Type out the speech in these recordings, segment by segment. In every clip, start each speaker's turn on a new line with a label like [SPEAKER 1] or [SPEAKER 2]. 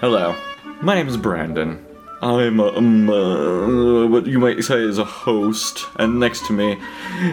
[SPEAKER 1] Hello, my name is Brandon. I'm a, um, uh, what you might say is a host, and next to me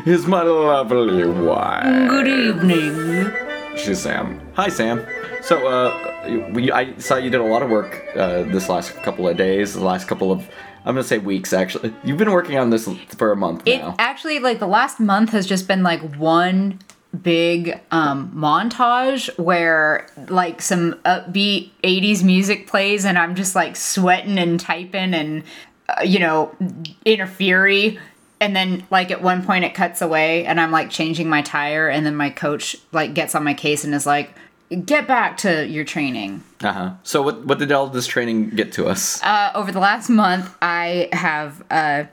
[SPEAKER 1] is my lovely wife.
[SPEAKER 2] Good evening.
[SPEAKER 1] She's Sam. Hi, Sam. So, uh, we, I saw you did a lot of work uh, this last couple of days, the last couple of, I'm gonna say weeks actually. You've been working on this for a month
[SPEAKER 2] It
[SPEAKER 1] now.
[SPEAKER 2] actually like the last month has just been like one big um montage where like some upbeat 80s music plays and I'm just like sweating and typing and uh, you know in a fury and then like at one point it cuts away and I'm like changing my tire and then my coach like gets on my case and is like get back to your training
[SPEAKER 1] Uh huh. So, what, what did all this training get to us?
[SPEAKER 2] uh, over the last month, I have uh,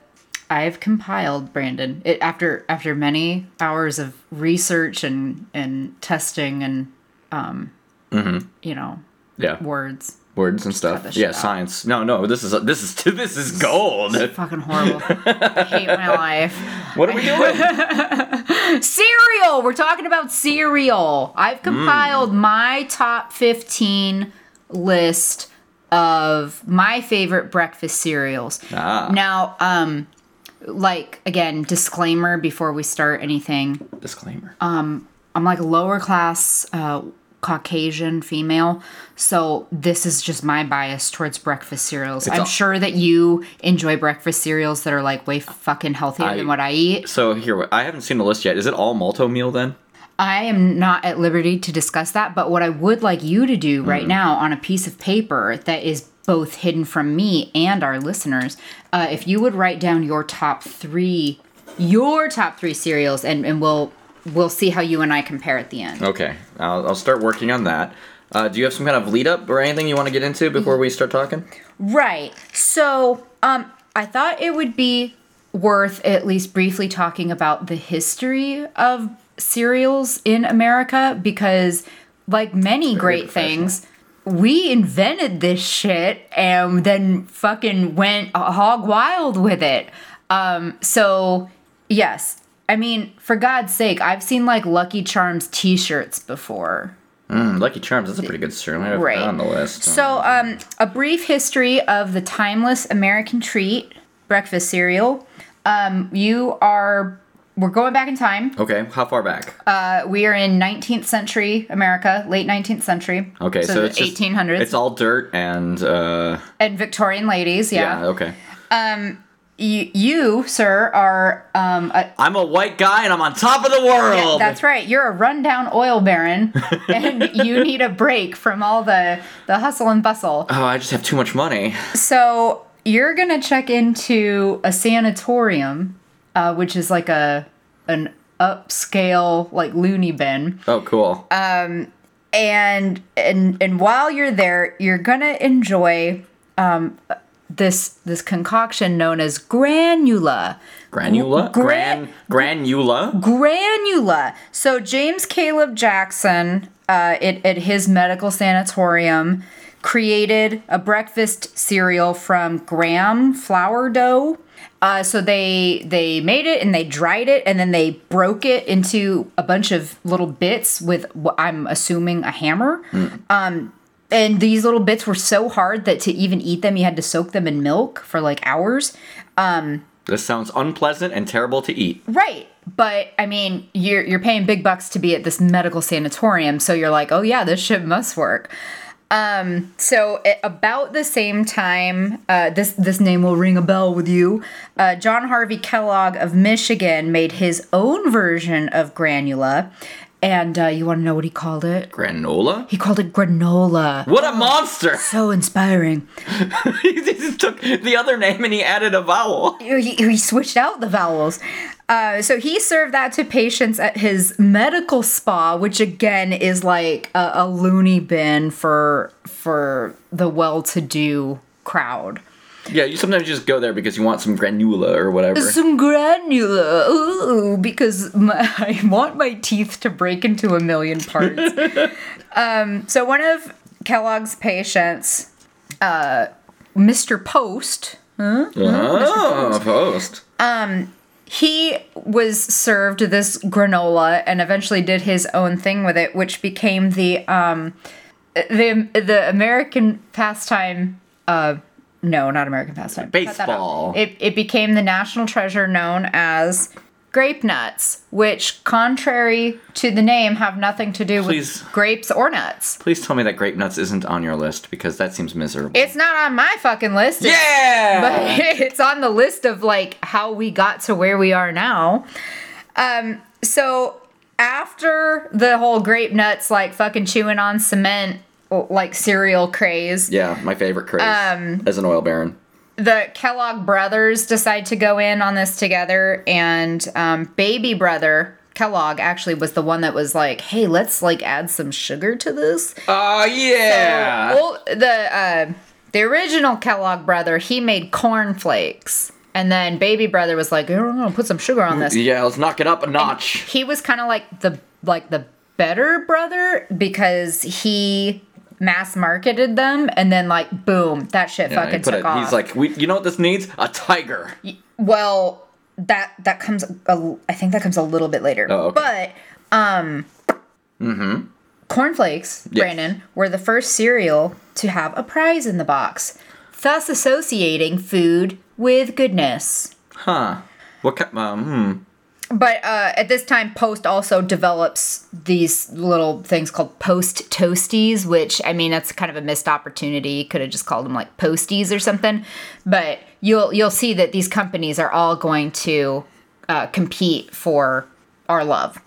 [SPEAKER 2] I've compiled Brandon it, after after many hours of research and and testing and um, you know
[SPEAKER 1] yeah.
[SPEAKER 2] words.
[SPEAKER 1] words and
[SPEAKER 2] cut
[SPEAKER 1] stuff.
[SPEAKER 2] this
[SPEAKER 1] Yeah,
[SPEAKER 2] shit out.
[SPEAKER 1] science. No, no, this is this is this is gold.
[SPEAKER 2] Fucking horrible. I hate my life.
[SPEAKER 1] What are we doing?
[SPEAKER 2] Cereal. We're talking about cereal. I've compiled my top fifteen list of my favorite breakfast cereals.
[SPEAKER 1] ah,
[SPEAKER 2] Now, um, like again, disclaimer before we start anything.
[SPEAKER 1] disclaimer.
[SPEAKER 2] I'm like a lower class uh, Caucasian female, so this is just my bias towards breakfast cereals. I'm
[SPEAKER 1] all-
[SPEAKER 2] sure that you enjoy breakfast cereals that are like way fucking healthier than what I eat.
[SPEAKER 1] so here, I haven't seen the list yet. Is it all malto meal then?
[SPEAKER 2] I am not at liberty to discuss that, but what I would like you to do right now on a piece of paper that is both hidden from me and our listeners, uh, if you would write down your top three, your top three cereals, and, and we'll we'll see how you and I compare at the end.
[SPEAKER 1] Okay, I'll, I'll start working on that. Uh, do you have some kind of lead up or anything you want to get into before we start talking?
[SPEAKER 2] Right. So, um, I thought it would be worth at least briefly talking about the history of cereals in America because, like many great things, we invented this shit and then fucking went hog wild with it. Um, so yes, I mean, for God's sake, I've seen like Lucky Charms T-shirts before.
[SPEAKER 1] Mm, Lucky Charms. That's a pretty good cereal. Maybe I put
[SPEAKER 2] Right.
[SPEAKER 1] that on the list.
[SPEAKER 2] So, um, a brief history of the timeless American treat breakfast cereal. Um, you are we're going back in time.
[SPEAKER 1] okay, how far back?
[SPEAKER 2] Uh, we are in 19th century America, late 19th century.
[SPEAKER 1] okay, so,
[SPEAKER 2] the
[SPEAKER 1] it's just-
[SPEAKER 2] 1800s
[SPEAKER 1] It's all dirt and uh,
[SPEAKER 2] and Victorian ladies.
[SPEAKER 1] yeah.
[SPEAKER 2] Yeah,
[SPEAKER 1] Okay,
[SPEAKER 2] you, you, sir, are um, a,
[SPEAKER 1] I'm a white guy and I'm on top of the
[SPEAKER 2] Yeah,
[SPEAKER 1] world.
[SPEAKER 2] that's right. You're a rundown oil baron, and you need a break from all the the hustle and bustle.
[SPEAKER 1] oh, I just have too much money.
[SPEAKER 2] So you're gonna check into a sanatorium, uh, which is like a an upscale like loony bin,
[SPEAKER 1] Oh, cool.
[SPEAKER 2] Uh, and and and while you're there, you're gonna enjoy um, this this concoction known as granula.
[SPEAKER 1] Granula?
[SPEAKER 2] Gran-
[SPEAKER 1] Gran granula?
[SPEAKER 2] Granula. So James Caleb Jackson, uh, it, at his medical sanatorium, created a breakfast cereal from graham flour dough. Uh, so they they made it and they dried it and then they broke it into a bunch of little bits with what I'm assuming a hammer. Um, and these little bits were so hard that to even eat them, you had to soak them in milk for like hours.
[SPEAKER 1] This sounds unpleasant and terrible to eat.
[SPEAKER 2] Right. But I mean, you're you're paying big bucks to be at this medical sanatorium, so you're like, "Oh yeah, this shit must work." Um, so at about the same time, uh, this this name will ring a bell with you. Uh, John Harvey Kellogg of Michigan made his own version of granula, and uh, you want to know what he called it?
[SPEAKER 1] Granola?
[SPEAKER 2] He called it granola.
[SPEAKER 1] What a monster!
[SPEAKER 2] So inspiring.
[SPEAKER 1] he just took the other name and he added a vowel.
[SPEAKER 2] he, he switched out the vowels. Uh, so he served that to patients at his medical spa, which again is like a, a loony bin for for the well-to-do crowd.
[SPEAKER 1] Yeah, you sometimes just go there because you want some granula or whatever.
[SPEAKER 2] Some granula, ooh, because my, I want my teeth to break into a million parts. um, so one of Kellogg's patients, uh, Mr. Post,
[SPEAKER 1] Uh-huh. Oh, post.
[SPEAKER 2] he was served this granola and eventually did his own thing with it, which became the um, the the American pastime. Uh, no, not American pastime. Cut that out.
[SPEAKER 1] Baseball.
[SPEAKER 2] It it became the national treasure known as grape nuts, which, contrary to the name, have nothing to do
[SPEAKER 1] Please.
[SPEAKER 2] with grapes or nuts.
[SPEAKER 1] Please tell me that grape nuts isn't on your list because that seems miserable.
[SPEAKER 2] It's not on my fucking list. It's-
[SPEAKER 1] yeah.
[SPEAKER 2] but it's on the list of like how we got to where we are now. Um, so after the whole grape nuts, like fucking chewing on cement, like cereal craze,
[SPEAKER 1] yeah, my favorite craze
[SPEAKER 2] Um,
[SPEAKER 1] as an oil baron.
[SPEAKER 2] the Kellogg brothers decide to go in on this together, and um, baby brother Kellogg actually was the one that was like, "Hey, let's like add some sugar to this."
[SPEAKER 1] Oh yeah.
[SPEAKER 2] Well, the uh, the original Kellogg brother, he made corn flakes, and then Baby Brother was like, "I'm gonna put some sugar on this."
[SPEAKER 1] yeah, let's knock it up a notch.
[SPEAKER 2] He was kind of like the like the better brother because he mass marketed them, and then like boom, that shit
[SPEAKER 1] Yeah, he
[SPEAKER 2] fucking
[SPEAKER 1] put
[SPEAKER 2] took
[SPEAKER 1] it-
[SPEAKER 2] off.
[SPEAKER 1] He's like, we, you know what this needs? A tiger.
[SPEAKER 2] well, that that comes, a, I think that comes a little bit later,
[SPEAKER 1] Oh, okay. Mm-hmm.
[SPEAKER 2] but um. Cornflakes,
[SPEAKER 1] Yes.
[SPEAKER 2] Brandon, were the first cereal to have a prize in the box, thus associating food with goodness.
[SPEAKER 1] Huh. What kind? Um,
[SPEAKER 2] But uh, at this time, Post also develops these little things called Post Toasties, which I mean that's kind of a missed opportunity. Could have just called them like Posties or something. But you'll you'll see that these companies are all going to uh, compete for our love.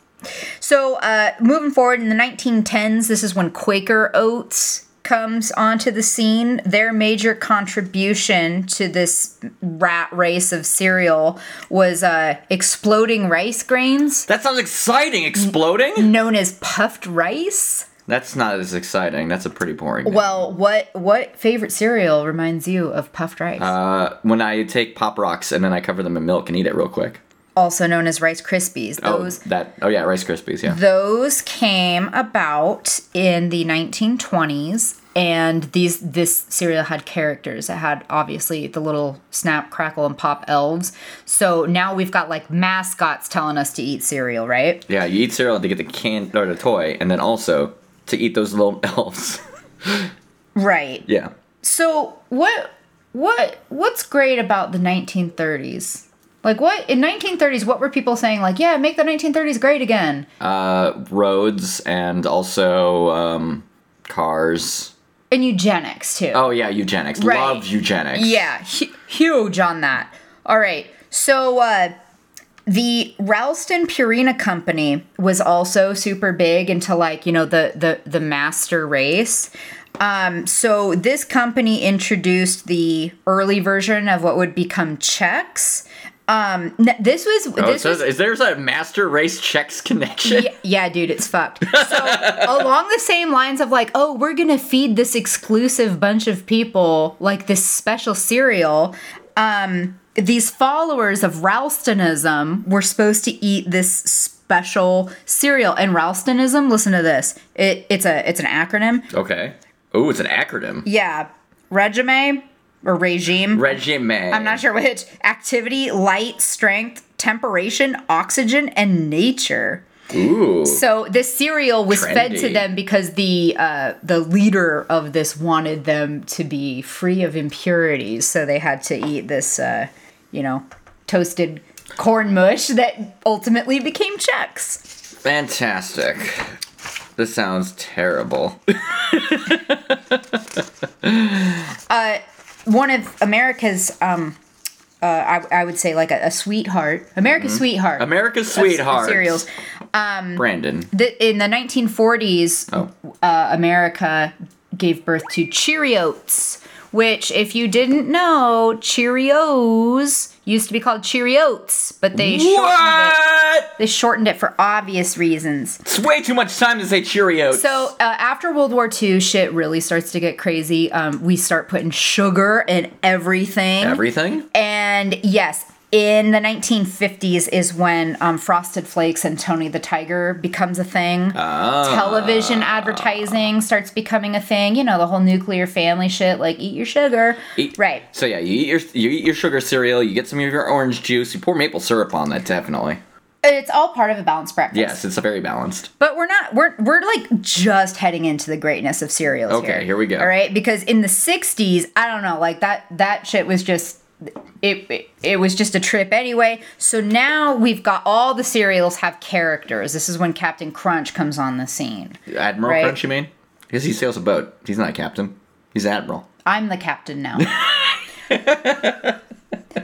[SPEAKER 2] So uh, moving forward in the 1910s, this is when Quaker Oats comes onto the scene. Their major contribution to this rat race of cereal was uh, exploding rice grains,
[SPEAKER 1] that sounds exciting. Exploding?
[SPEAKER 2] known as puffed rice.
[SPEAKER 1] That's not as exciting. That's a pretty boring. name.
[SPEAKER 2] Well, what what favorite cereal reminds you of puffed rice?
[SPEAKER 1] uh, when I take pop rocks and then I cover them in milk and eat it real quick.
[SPEAKER 2] also known as Rice Krispies. Those
[SPEAKER 1] oh, that. Oh yeah, Rice Krispies. Yeah.
[SPEAKER 2] Those came about in the 1920s, and these this cereal had characters. It had obviously the little snap, crackle, and pop elves. So now we've got like mascots telling us to eat cereal, right?
[SPEAKER 1] yeah, you eat cereal to get the can or the toy, and then also to eat those little elves.
[SPEAKER 2] Right.
[SPEAKER 1] yeah.
[SPEAKER 2] So what what what's great about the 1930s? Like what in 1930s? What were people saying? Like, yeah, make the 1930s great again.
[SPEAKER 1] Uh, roads and also um, cars.
[SPEAKER 2] And eugenics too.
[SPEAKER 1] Oh yeah, eugenics.
[SPEAKER 2] Right.
[SPEAKER 1] Love eugenics.
[SPEAKER 2] Yeah, hu- huge on that. All right. So uh, the Ralston Purina Company was also super big into like you know the the the master race. Um, so this company introduced the early version of what would become checks. Um, n- this was
[SPEAKER 1] Oh,
[SPEAKER 2] this
[SPEAKER 1] so
[SPEAKER 2] was
[SPEAKER 1] is there's a master race checks connection?
[SPEAKER 2] yeah, yeah, dude, it's fucked. So along the same lines of like, oh, we're gonna feed this exclusive bunch of people like this special cereal. Um, these followers of Ralstonism were supposed to eat this special cereal. And Ralstonism, listen to this. It, it's a it's an acronym.
[SPEAKER 1] Okay. Oh, it's an acronym.
[SPEAKER 2] Yeah, regime or regime.
[SPEAKER 1] Regime.
[SPEAKER 2] I'm not sure which. Activity, light, strength, temperation, oxygen, and nature.
[SPEAKER 1] Ooh.
[SPEAKER 2] So this cereal was fed to
[SPEAKER 1] Trendy.
[SPEAKER 2] them because the uh, the leader of this wanted them to be free of impurities, so they had to eat this, uh, you know, toasted corn mush that ultimately became Chex.
[SPEAKER 1] Fantastic. This sounds terrible.
[SPEAKER 2] Uh, one of America's, um, uh, I, I would say, like a, a sweetheart, America's sweetheart,
[SPEAKER 1] Mm-hmm. America's
[SPEAKER 2] of- of
[SPEAKER 1] sweetheart.
[SPEAKER 2] cereals.
[SPEAKER 1] Brandon.
[SPEAKER 2] The, in the 1940s,
[SPEAKER 1] Oh.
[SPEAKER 2] uh, America gave birth to Cheerios, which, if you didn't know, Cheerios used to be called Cheeriots, but they shortened it.
[SPEAKER 1] What?
[SPEAKER 2] They shortened it for obvious reasons.
[SPEAKER 1] It's way too much time to say Cheerios.
[SPEAKER 2] So uh, after World War II, shit really starts to get crazy. Um, we start putting sugar in everything.
[SPEAKER 1] everything.
[SPEAKER 2] And yes, in the 1950s is when um, Frosted Flakes and Tony the Tiger becomes a thing.
[SPEAKER 1] Ah.
[SPEAKER 2] Television advertising starts becoming a thing. You know the whole nuclear family shit, like eat your sugar,
[SPEAKER 1] Eat-
[SPEAKER 2] right?
[SPEAKER 1] So yeah, you eat your you eat your sugar cereal, you get some of your orange juice, you pour maple syrup on that definitely.
[SPEAKER 2] It's all part of a balanced breakfast.
[SPEAKER 1] Yes, it's a very balanced.
[SPEAKER 2] But we're not we're we're like just heading into the greatness of cereals.
[SPEAKER 1] Okay, here we go.
[SPEAKER 2] All right, because in the '60s, I don't know, like that that shit was just it, it it was just a trip anyway. So now we've got all the cereals have characters. This is when Captain Crunch comes on the scene.
[SPEAKER 1] Admiral
[SPEAKER 2] Right.
[SPEAKER 1] Crunch, you mean? Because he sails a boat. He's not a captain. He's admiral.
[SPEAKER 2] I'm the captain now.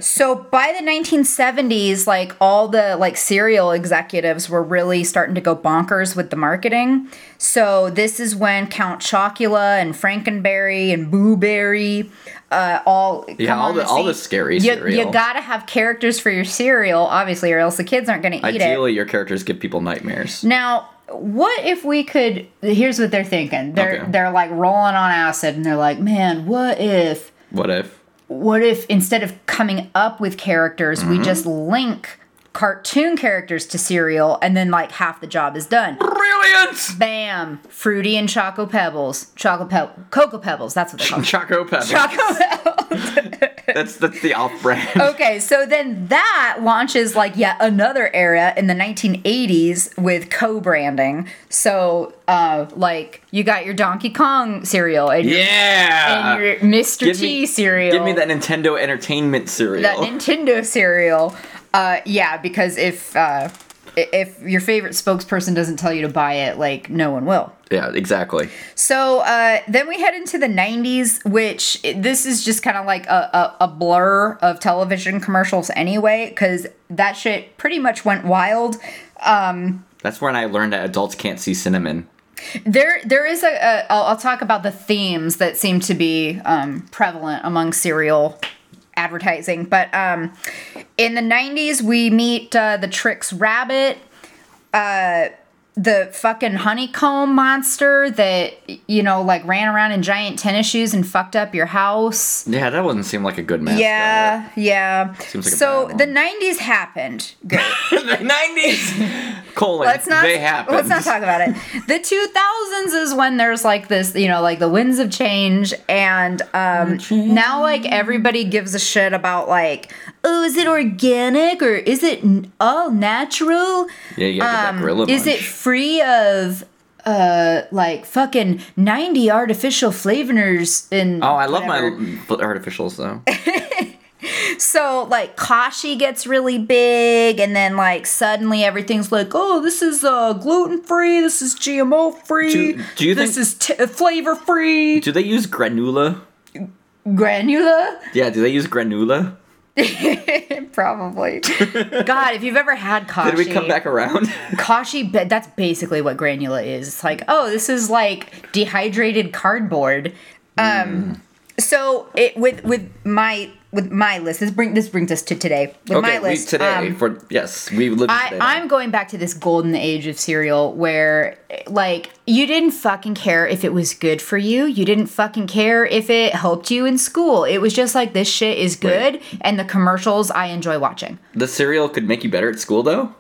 [SPEAKER 2] so by the 1970s, like all the like cereal executives were really starting to go bonkers with the marketing. So this is when Count Chocula and Frankenberry and Boo Berry, uh, all
[SPEAKER 1] Yeah,
[SPEAKER 2] come
[SPEAKER 1] all
[SPEAKER 2] on
[SPEAKER 1] the, all the
[SPEAKER 2] scene.
[SPEAKER 1] scary
[SPEAKER 2] You,
[SPEAKER 1] cereal.
[SPEAKER 2] you gotta have characters for your cereal, obviously, or else the kids aren't gonna eat it.
[SPEAKER 1] Ideally, your characters give people nightmares.
[SPEAKER 2] Now, what if we could? Here's what they're thinking. They're
[SPEAKER 1] Okay.
[SPEAKER 2] they're like rolling on acid, and they're like, man, what if?
[SPEAKER 1] What if?
[SPEAKER 2] what if instead of coming up with characters,
[SPEAKER 1] Mm-hmm.
[SPEAKER 2] we just link cartoon characters to cereal and then like half the job is done.
[SPEAKER 1] Brilliant!
[SPEAKER 2] Bam! Fruity and Choco Pebbles. Choco Pebbles. Cocoa Pebbles, that's what they're called.
[SPEAKER 1] Choco Pebbles.
[SPEAKER 2] Choco Oh. Pebbles.
[SPEAKER 1] that's that's the off brand.
[SPEAKER 2] Okay, so then that launches like yet another era in the 1980s with co-branding. So, uh, like you got your Donkey Kong cereal and, your-
[SPEAKER 1] Yeah.
[SPEAKER 2] and your Mr.
[SPEAKER 1] Give
[SPEAKER 2] T
[SPEAKER 1] me-
[SPEAKER 2] cereal.
[SPEAKER 1] Give me that Nintendo Entertainment cereal.
[SPEAKER 2] that Nintendo cereal. Uh, yeah, because if uh, i- if your favorite spokesperson doesn't tell you to buy it, like no one will.
[SPEAKER 1] yeah, exactly.
[SPEAKER 2] So uh, then we head into the '90s, which i- this is just kind of like a, a, a blur of television commercials anyway, because that shit pretty much went wild.
[SPEAKER 1] That's when I learned that adults can't see cinnamon.
[SPEAKER 2] There, there is a. a I'll, I'll talk about the themes that seem to be um, prevalent among cereal advertising. But um, in the '90s, we meet uh, the Trix Rabbit, uh, the fucking honeycomb monster that you know, like ran around in giant tennis shoes and fucked up your house.
[SPEAKER 1] Yeah, that doesn't seem like a good mascot.
[SPEAKER 2] Yeah, yeah.
[SPEAKER 1] Seems like a
[SPEAKER 2] so
[SPEAKER 1] bad one.
[SPEAKER 2] the '90s happened. Great.
[SPEAKER 1] the nineties. Colon.
[SPEAKER 2] let's not
[SPEAKER 1] They happen.
[SPEAKER 2] let's not talk about it the 2000s is when there's like this you know like the winds of change and um now like everybody gives a shit about like oh is it organic or is it n- all natural Um,
[SPEAKER 1] Yeah, you gotta get that gorilla
[SPEAKER 2] is
[SPEAKER 1] Munch.
[SPEAKER 2] it free of uh like fucking 90 artificial flavors and
[SPEAKER 1] Oh, I love
[SPEAKER 2] whatever.
[SPEAKER 1] my l- artificials though.
[SPEAKER 2] So like Kashi gets really big and then like suddenly everything's like, "Oh, this is uh gluten free, this is GMO free.
[SPEAKER 1] Do- do you
[SPEAKER 2] this
[SPEAKER 1] think-
[SPEAKER 2] is t- flavor free?"
[SPEAKER 1] Do they use granula?
[SPEAKER 2] Granula?
[SPEAKER 1] Yeah, do they use granula?
[SPEAKER 2] Probably. God, if you've ever had Kashi.
[SPEAKER 1] Did we come back around?
[SPEAKER 2] Kashi, ba- that's basically what granula is. It's like, "Oh, this is like dehydrated cardboard." Um
[SPEAKER 1] Mm.
[SPEAKER 2] so it with with my with my list. This bring this brings us to today. With my
[SPEAKER 1] we,
[SPEAKER 2] list
[SPEAKER 1] today
[SPEAKER 2] um,
[SPEAKER 1] for yes, we live
[SPEAKER 2] I,
[SPEAKER 1] today.
[SPEAKER 2] I'm going back to this golden age of cereal where, like, you didn't fucking care if it was good for you. You didn't fucking care if it helped you in school. It was just like, this shit is good, and the commercials I enjoy watching.
[SPEAKER 1] the cereal could make you better at school though.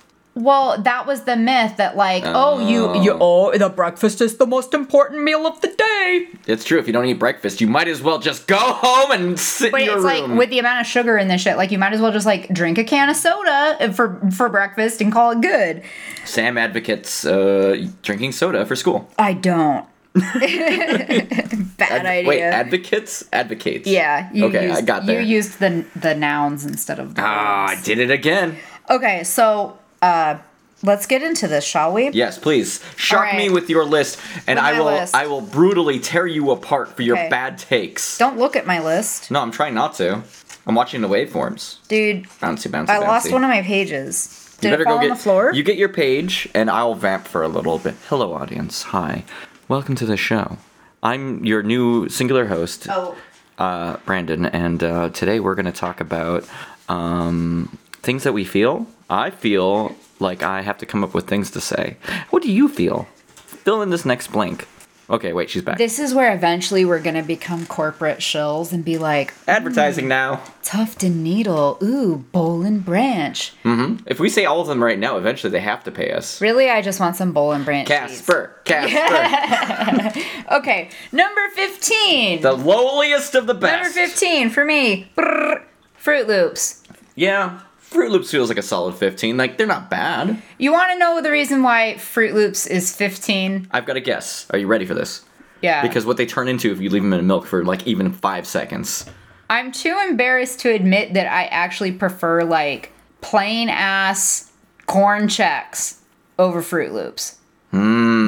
[SPEAKER 2] Well, that was the myth that, like, oh, you, you, oh, the breakfast is the most important meal of the day.
[SPEAKER 1] It's true. If you don't eat breakfast, you might as well just go home and sit
[SPEAKER 2] But
[SPEAKER 1] in your
[SPEAKER 2] it's
[SPEAKER 1] room.
[SPEAKER 2] like with the amount of sugar in this shit, like you might as well just like drink a can of soda for for breakfast and call it good.
[SPEAKER 1] Sam advocates uh, drinking soda for school.
[SPEAKER 2] I don't. Bad
[SPEAKER 1] Ad-
[SPEAKER 2] idea.
[SPEAKER 1] Wait, advocates? Advocates.
[SPEAKER 2] Yeah, you
[SPEAKER 1] okay,
[SPEAKER 2] used,
[SPEAKER 1] I got there.
[SPEAKER 2] You used the the nouns instead of the
[SPEAKER 1] ah, I
[SPEAKER 2] verbs.
[SPEAKER 1] did it again.
[SPEAKER 2] Okay, so uh, let's get into this, shall we?
[SPEAKER 1] Yes, please. Shock
[SPEAKER 2] All right.
[SPEAKER 1] me with your list, and
[SPEAKER 2] With
[SPEAKER 1] I
[SPEAKER 2] my
[SPEAKER 1] will
[SPEAKER 2] list.
[SPEAKER 1] I will brutally tear you apart for your
[SPEAKER 2] Okay.
[SPEAKER 1] bad takes.
[SPEAKER 2] Don't look at my list,
[SPEAKER 1] No, I'm trying not to. I'm watching the waveforms.
[SPEAKER 2] dude.
[SPEAKER 1] Bouncy, bouncy,
[SPEAKER 2] I lost
[SPEAKER 1] bouncy.
[SPEAKER 2] one of my pages.
[SPEAKER 1] You
[SPEAKER 2] Did it
[SPEAKER 1] better
[SPEAKER 2] fall
[SPEAKER 1] go
[SPEAKER 2] on
[SPEAKER 1] get,
[SPEAKER 2] the floor?
[SPEAKER 1] You get your page, and I'll vamp for a little bit. Hello, audience. Hi. Welcome to the show. I'm your new singular host,
[SPEAKER 2] oh,
[SPEAKER 1] uh, Brandon, and uh, today we're going to talk about um, things that we feel. I feel like I have to come up with things to say. What do you feel? Fill in this next blank. Okay, wait, she's back.
[SPEAKER 2] This is where eventually we're gonna become corporate shills and be like,
[SPEAKER 1] Advertising now.
[SPEAKER 2] Tuft and Needle, ooh, Bolin Branch.
[SPEAKER 1] Hmm. If we say all of them right now, eventually they have to pay us.
[SPEAKER 2] Really, I just want some Bolin Branch. cheese.
[SPEAKER 1] Casper, Casper,
[SPEAKER 2] Okay, number fifteen.
[SPEAKER 1] the lowliest of the
[SPEAKER 2] number
[SPEAKER 1] best.
[SPEAKER 2] fifteen for me. Brrr, Fruit Loops.
[SPEAKER 1] Yeah, Fruit Loops feels like a solid 15. Like, they're not bad.
[SPEAKER 2] You want to know the reason why Fruit Loops is fifteen?
[SPEAKER 1] I've got a guess. Are you ready for this?
[SPEAKER 2] Yeah.
[SPEAKER 1] Because what they turn into if you leave them in milk for like even five seconds.
[SPEAKER 2] I'm too embarrassed to admit that I actually prefer like plain ass corn checks over Fruit Loops.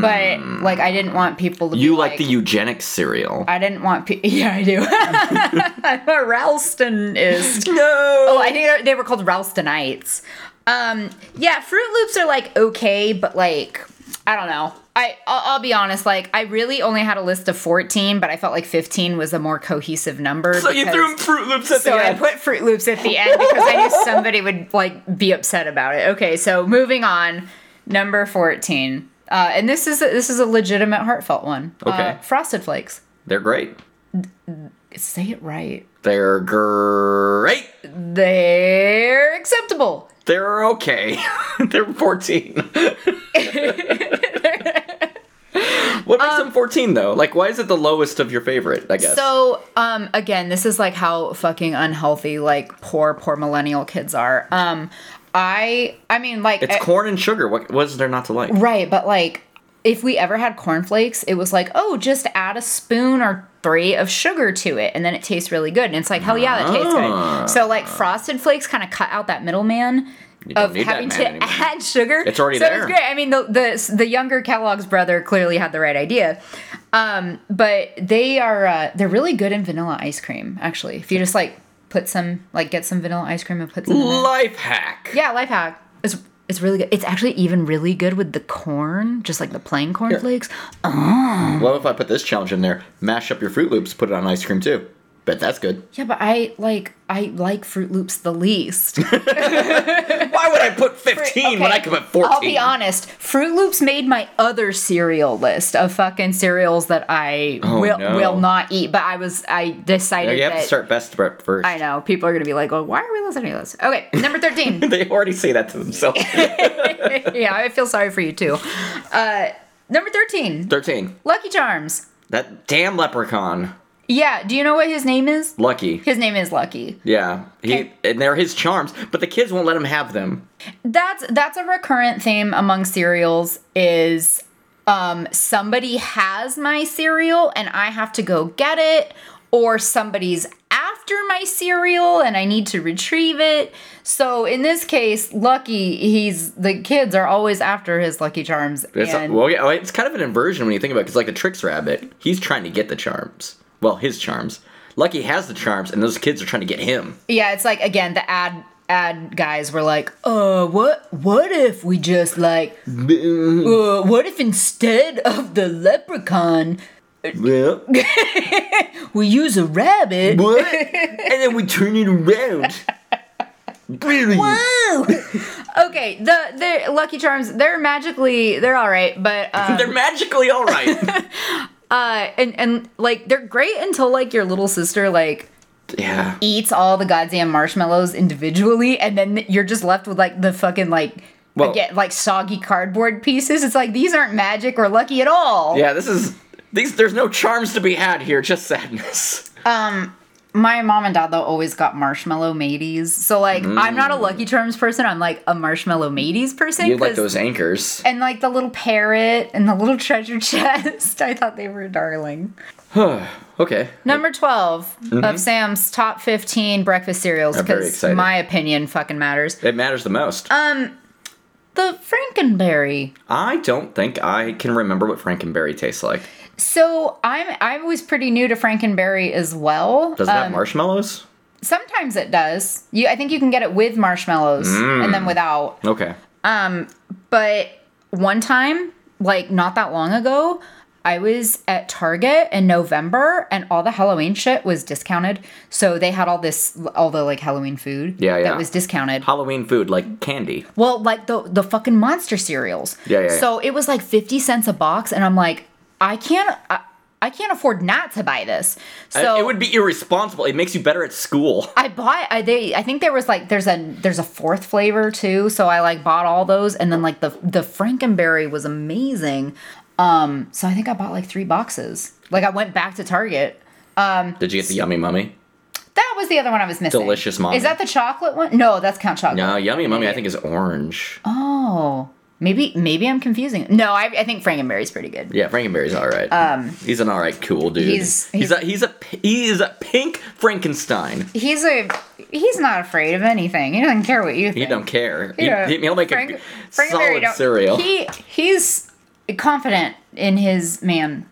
[SPEAKER 2] But like, I didn't want people to.
[SPEAKER 1] Hmm. You
[SPEAKER 2] be
[SPEAKER 1] like, the eugenics cereal.
[SPEAKER 2] I didn't want. Pe- yeah, I do. I'm a Ralstonist.
[SPEAKER 1] no!
[SPEAKER 2] Oh, I think they were called Ralstonites. Um, yeah, Fruit Loops are like okay, but like I don't know. I I'll, I'll be honest. Like I really only had a list of 14, but I felt like 15 was a more cohesive number.
[SPEAKER 1] so you
[SPEAKER 2] because-
[SPEAKER 1] threw Fruit Loops at
[SPEAKER 2] so
[SPEAKER 1] the
[SPEAKER 2] I
[SPEAKER 1] end.
[SPEAKER 2] put Fruit Loops at the end because I knew somebody would like be upset about it. Okay, so moving on, number fourteen, uh, and this is a, this is a legitimate heartfelt one. Uh,
[SPEAKER 1] Okay.
[SPEAKER 2] Frosted Flakes.
[SPEAKER 1] They're great.
[SPEAKER 2] Say it right.
[SPEAKER 1] They're great.
[SPEAKER 2] They're acceptable.
[SPEAKER 1] They're okay. They're 14. what makes them 14 though? Like, why is it the lowest of your favorite? I guess.
[SPEAKER 2] Um, So, um, again, this is like how fucking unhealthy like poor poor millennial kids are. Um, I I mean like eh,
[SPEAKER 1] it's
[SPEAKER 2] I-
[SPEAKER 1] corn and sugar. What was there not to like?
[SPEAKER 2] Right, but like if we ever had cornflakes, it was like, oh, just add a spoon or three of sugar to it, and then it tastes really good. And it's like, hell yeah, that tastes
[SPEAKER 1] Ah.
[SPEAKER 2] good. So like frosted flakes kind of cut out that middleman
[SPEAKER 1] don't
[SPEAKER 2] of
[SPEAKER 1] need that
[SPEAKER 2] having
[SPEAKER 1] man
[SPEAKER 2] to
[SPEAKER 1] anymore.
[SPEAKER 2] add sugar.
[SPEAKER 1] It's already
[SPEAKER 2] so
[SPEAKER 1] there.
[SPEAKER 2] It's great. I mean, the, the the younger Kellogg's brother clearly had the right idea. Um, but they are uh, they're really good in vanilla ice cream. Actually, if you just like put some like get some vanilla ice cream and put some in there.
[SPEAKER 1] Life hack.
[SPEAKER 2] Yeah, life hack. It's it's really good. It's actually even really good with the corn, just like the plain cornflakes.
[SPEAKER 1] Well, if I put this challenge in there, mash up your Fruit Loops, put it on ice cream too. Bet that's good.
[SPEAKER 2] Yeah, but I like I like Fruit Loops the least.
[SPEAKER 1] Why would I put 15 when
[SPEAKER 2] Okay,
[SPEAKER 1] I could put 14?
[SPEAKER 2] I'll be honest. Fruit Loops made my other cereal list of fucking cereals that I
[SPEAKER 1] Oh,
[SPEAKER 2] will
[SPEAKER 1] no.
[SPEAKER 2] will not eat. But I was I
[SPEAKER 1] Yeah,
[SPEAKER 2] decided
[SPEAKER 1] you have
[SPEAKER 2] that
[SPEAKER 1] to start best prep first.
[SPEAKER 2] I know people are gonna be like, well, why are we listening to this? Okay, number thirteen.
[SPEAKER 1] They already say that to themselves.
[SPEAKER 2] yeah, I feel sorry for you too. Uh, number thirteen.
[SPEAKER 1] 13.
[SPEAKER 2] Lucky Charms.
[SPEAKER 1] That damn leprechaun.
[SPEAKER 2] Yeah. Do you know what his name is?
[SPEAKER 1] Lucky.
[SPEAKER 2] His name is Lucky.
[SPEAKER 1] Yeah. He
[SPEAKER 2] Okay.
[SPEAKER 1] and they're his charms, but the kids won't let him have them.
[SPEAKER 2] that's that's a recurrent theme among cereals is um somebody has my cereal and I have to go get it or somebody's after my cereal and I need to retrieve it. So in this case, Lucky, he's the kids are always after his Lucky Charms.
[SPEAKER 1] It's,
[SPEAKER 2] and
[SPEAKER 1] well, yeah, it's kind of an inversion when you think about it, because like the Tricks Rabbit, he's trying to get the charms. Well, his charms. Lucky has the charms, and those kids are trying to get him.
[SPEAKER 2] yeah, it's like again the ad ad guys were like, "Uh, what what if we just like uh, what if instead of the leprechaun
[SPEAKER 1] Well,
[SPEAKER 2] we use a rabbit?"
[SPEAKER 1] what? and then we turn it around. Brilliant.
[SPEAKER 2] okay, the the Lucky Charms, they're magically they're all right, but um,
[SPEAKER 1] They're magically all right.
[SPEAKER 2] uh, and and like they're great until like your little sister like
[SPEAKER 1] yeah.
[SPEAKER 2] eats all the goddamn marshmallows individually, and then you're just left with like the fucking like.
[SPEAKER 1] Well-
[SPEAKER 2] again, like soggy cardboard pieces. It's like these aren't magic or lucky at all.
[SPEAKER 1] Yeah, this is these. There's no charms to be had here, just sadness.
[SPEAKER 2] My mom and dad though always got marshmallow mateys, so like I'm not a Lucky Charms person. I'm like a marshmallow mateys person.
[SPEAKER 1] Mm. You like
[SPEAKER 2] 'cause-
[SPEAKER 1] those anchors?
[SPEAKER 2] and like the little parrot and the little treasure chest. I thought they were darling.
[SPEAKER 1] okay.
[SPEAKER 2] Number 12 of Sam's top 15 breakfast cereals
[SPEAKER 1] I'm Mm-hmm. very
[SPEAKER 2] because
[SPEAKER 1] excited.
[SPEAKER 2] my opinion fucking matters.
[SPEAKER 1] It matters the most.
[SPEAKER 2] The Frankenberry.
[SPEAKER 1] I don't think I can remember what Frankenberry tastes like.
[SPEAKER 2] So I'm I was pretty new to Frankenberry as well.
[SPEAKER 1] Does it have
[SPEAKER 2] Um,
[SPEAKER 1] marshmallows?
[SPEAKER 2] sometimes it does. You I think you can get it with marshmallows and
[SPEAKER 1] Mm.
[SPEAKER 2] then without.
[SPEAKER 1] Okay.
[SPEAKER 2] But one time, like not that long ago, I was at Target in November and all the Halloween shit was discounted. So they had all this all the like Halloween food
[SPEAKER 1] Yeah, yeah.
[SPEAKER 2] that was discounted.
[SPEAKER 1] Halloween food like candy.
[SPEAKER 2] Well, like the the fucking monster cereals.
[SPEAKER 1] Yeah, yeah, yeah.
[SPEAKER 2] So it was like 50 cents a box and I'm like I can't. I, I can't afford not to buy this. So
[SPEAKER 1] it would be irresponsible. It makes you better at school.
[SPEAKER 2] I bought I they I think there was like there's a there's a fourth flavor too, so I like bought all those and then like the the frankenberry was amazing. Um so I think I bought like 3 boxes. Like I went back to Target.
[SPEAKER 1] Did you get the yummy mummy?
[SPEAKER 2] That was the other one I was missing.
[SPEAKER 1] Delicious Mommy.
[SPEAKER 2] Is that the chocolate one? No, that's Count Chocolate.
[SPEAKER 1] No, yummy mummy. I think is orange.
[SPEAKER 2] Oh. Maybe maybe I'm confusing. No, I I think frankenberry's pretty good.
[SPEAKER 1] Yeah, Frankenberry's all right. Um, he's an all right, cool dude.
[SPEAKER 2] he's-
[SPEAKER 1] he's a he's a p- he is a pink Frankenstein.
[SPEAKER 2] He's a he's not afraid of anything. He doesn't care what you think.
[SPEAKER 1] He don't care.
[SPEAKER 2] Yeah,
[SPEAKER 1] He, will make
[SPEAKER 2] Frank-
[SPEAKER 1] a g-
[SPEAKER 2] Frank Berry
[SPEAKER 1] solid
[SPEAKER 2] don't-
[SPEAKER 1] cereal.
[SPEAKER 2] He he's confident in his manhood.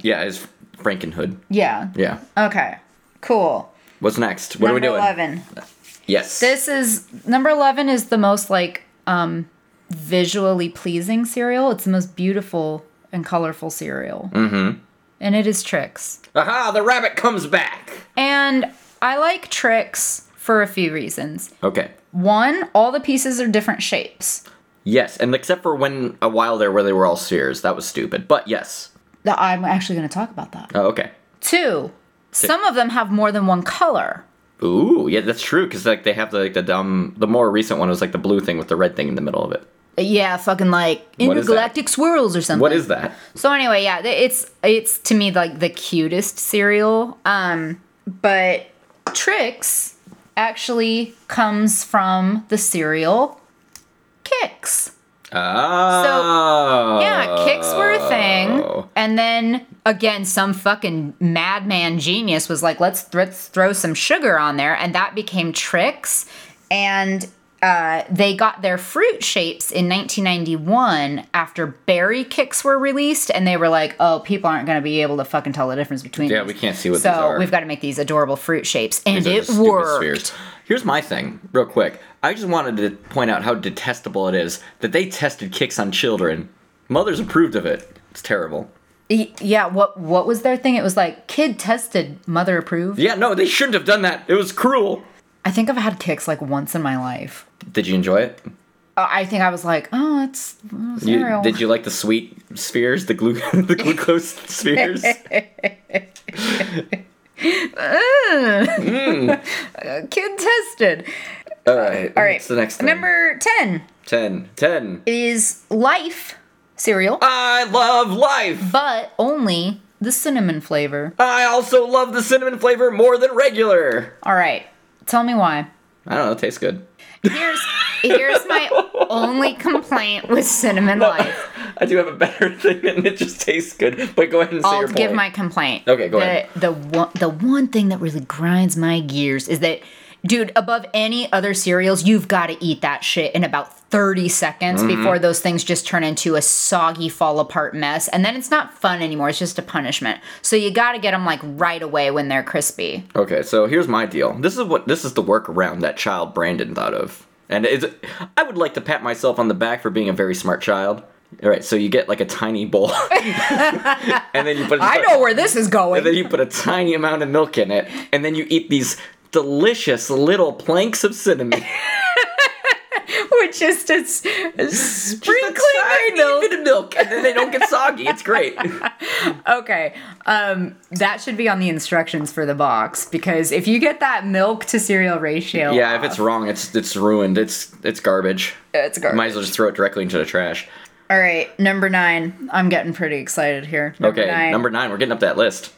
[SPEAKER 1] yeah, it's Frankenhood.
[SPEAKER 2] Yeah.
[SPEAKER 1] Yeah.
[SPEAKER 2] Okay. Cool.
[SPEAKER 1] What's next? What
[SPEAKER 2] number
[SPEAKER 1] are we doing?
[SPEAKER 2] eleven.
[SPEAKER 1] Yes.
[SPEAKER 2] This is number eleven is the most like um visually pleasing cereal. It's the most beautiful and colorful cereal. Mm-hmm. And it is Trix.
[SPEAKER 1] Aha! The rabbit comes back.
[SPEAKER 2] And I like Trix for a few reasons.
[SPEAKER 1] Okay.
[SPEAKER 2] One, all the pieces are different shapes.
[SPEAKER 1] Yes, and except for when a while there where they were all spheres, that was stupid. But yes.
[SPEAKER 2] Th- I'm actually going to talk about that.
[SPEAKER 1] Oh, okay.
[SPEAKER 2] Two, some of them have more than one color.
[SPEAKER 1] Ooh, yeah, that's true. Because like they have the, like the dumb, the more recent one was like the blue thing with the red thing in the middle of it.
[SPEAKER 2] Yeah, fucking like
[SPEAKER 1] What is that?
[SPEAKER 2] intergalactic swirls or something.
[SPEAKER 1] What is that?
[SPEAKER 2] So anyway, yeah, th- it's it's to me like the cutest cereal. Um, but Trix actually comes from the cereal Kix.
[SPEAKER 1] Oh.
[SPEAKER 2] Yeah, Kix were a thing, and then again, some fucking madman genius was like, let's, th- let's throw some sugar on there, and that became Trix, and. Uh, they got their fruit shapes in 1991 after berry kicks were released, and they were like, "Oh, people aren't going to be able to fucking tell the difference between."
[SPEAKER 1] Yeah,
[SPEAKER 2] these.
[SPEAKER 1] we can't see what
[SPEAKER 2] so
[SPEAKER 1] these are.
[SPEAKER 2] we've got to make these adorable fruit shapes, and
[SPEAKER 1] These are
[SPEAKER 2] it
[SPEAKER 1] the stupid
[SPEAKER 2] worked.
[SPEAKER 1] spheres. Here's my thing, real quick. I just wanted to point out how detestable it is that they tested kicks on children. Mothers approved of it. It's terrible.
[SPEAKER 2] Y- Yeah, what what was their thing? It was like kid tested, mother approved.
[SPEAKER 1] Yeah, no, they shouldn't have done that. It was cruel.
[SPEAKER 2] I think I've had kicks like once in my life.
[SPEAKER 1] Did you enjoy it?
[SPEAKER 2] Uh, I think I was like, oh, it's oh,
[SPEAKER 1] You-
[SPEAKER 2] cereal.
[SPEAKER 1] did you like the sweet spheres, the, glu- the glucose spheres?
[SPEAKER 2] Kid tested.
[SPEAKER 1] All right.
[SPEAKER 2] All right.
[SPEAKER 1] What's the next thing?
[SPEAKER 2] Number 10
[SPEAKER 1] 10. 10.
[SPEAKER 2] is Life cereal,
[SPEAKER 1] I love life.
[SPEAKER 2] but only the cinnamon flavor.
[SPEAKER 1] I also love the cinnamon flavor more than regular.
[SPEAKER 2] All right. Tell me why.
[SPEAKER 1] I don't know. It tastes good.
[SPEAKER 2] Here's here's my only complaint with cinnamon life.
[SPEAKER 1] I do have a better thing, and it just tastes good. But go ahead and say
[SPEAKER 2] I'll
[SPEAKER 1] your
[SPEAKER 2] give
[SPEAKER 1] point.
[SPEAKER 2] my complaint.
[SPEAKER 1] Okay, go
[SPEAKER 2] the,
[SPEAKER 1] ahead.
[SPEAKER 2] The one, the one thing that really grinds my gears is that, dude, above any other cereals, you've got to eat that shit in about 30 seconds
[SPEAKER 1] Mm-hmm.
[SPEAKER 2] before those things just turn into a soggy, fall apart mess. And then it's not fun anymore. It's just a punishment. So you got to get them like right away when they're crispy.
[SPEAKER 1] Okay, so here's my deal. This is what this is the workaround that child Brandon thought of, and it's, I would like to pat myself on the back for being a very smart child. All right, so you get like a tiny bowl, and then you put.
[SPEAKER 2] I know where this is
[SPEAKER 1] And then
[SPEAKER 2] going.
[SPEAKER 1] you put a tiny amount of milk in it, and then you eat these delicious little planks of cinnamon.
[SPEAKER 2] Which is
[SPEAKER 1] Just
[SPEAKER 2] just
[SPEAKER 1] a tiny
[SPEAKER 2] sprinkling
[SPEAKER 1] bit of milk, and then they don't get soggy. It's great.
[SPEAKER 2] Okay, um, that should be on the instructions for the box because if you get that milk to cereal ratio,
[SPEAKER 1] yeah, if it's wrong, it's it's ruined. It's it's garbage.
[SPEAKER 2] Uh, it's garbage.
[SPEAKER 1] Might as well just throw it directly into the trash.
[SPEAKER 2] All right, number nine. I'm getting pretty excited here. Number
[SPEAKER 1] okay, number nine. We're getting up that list.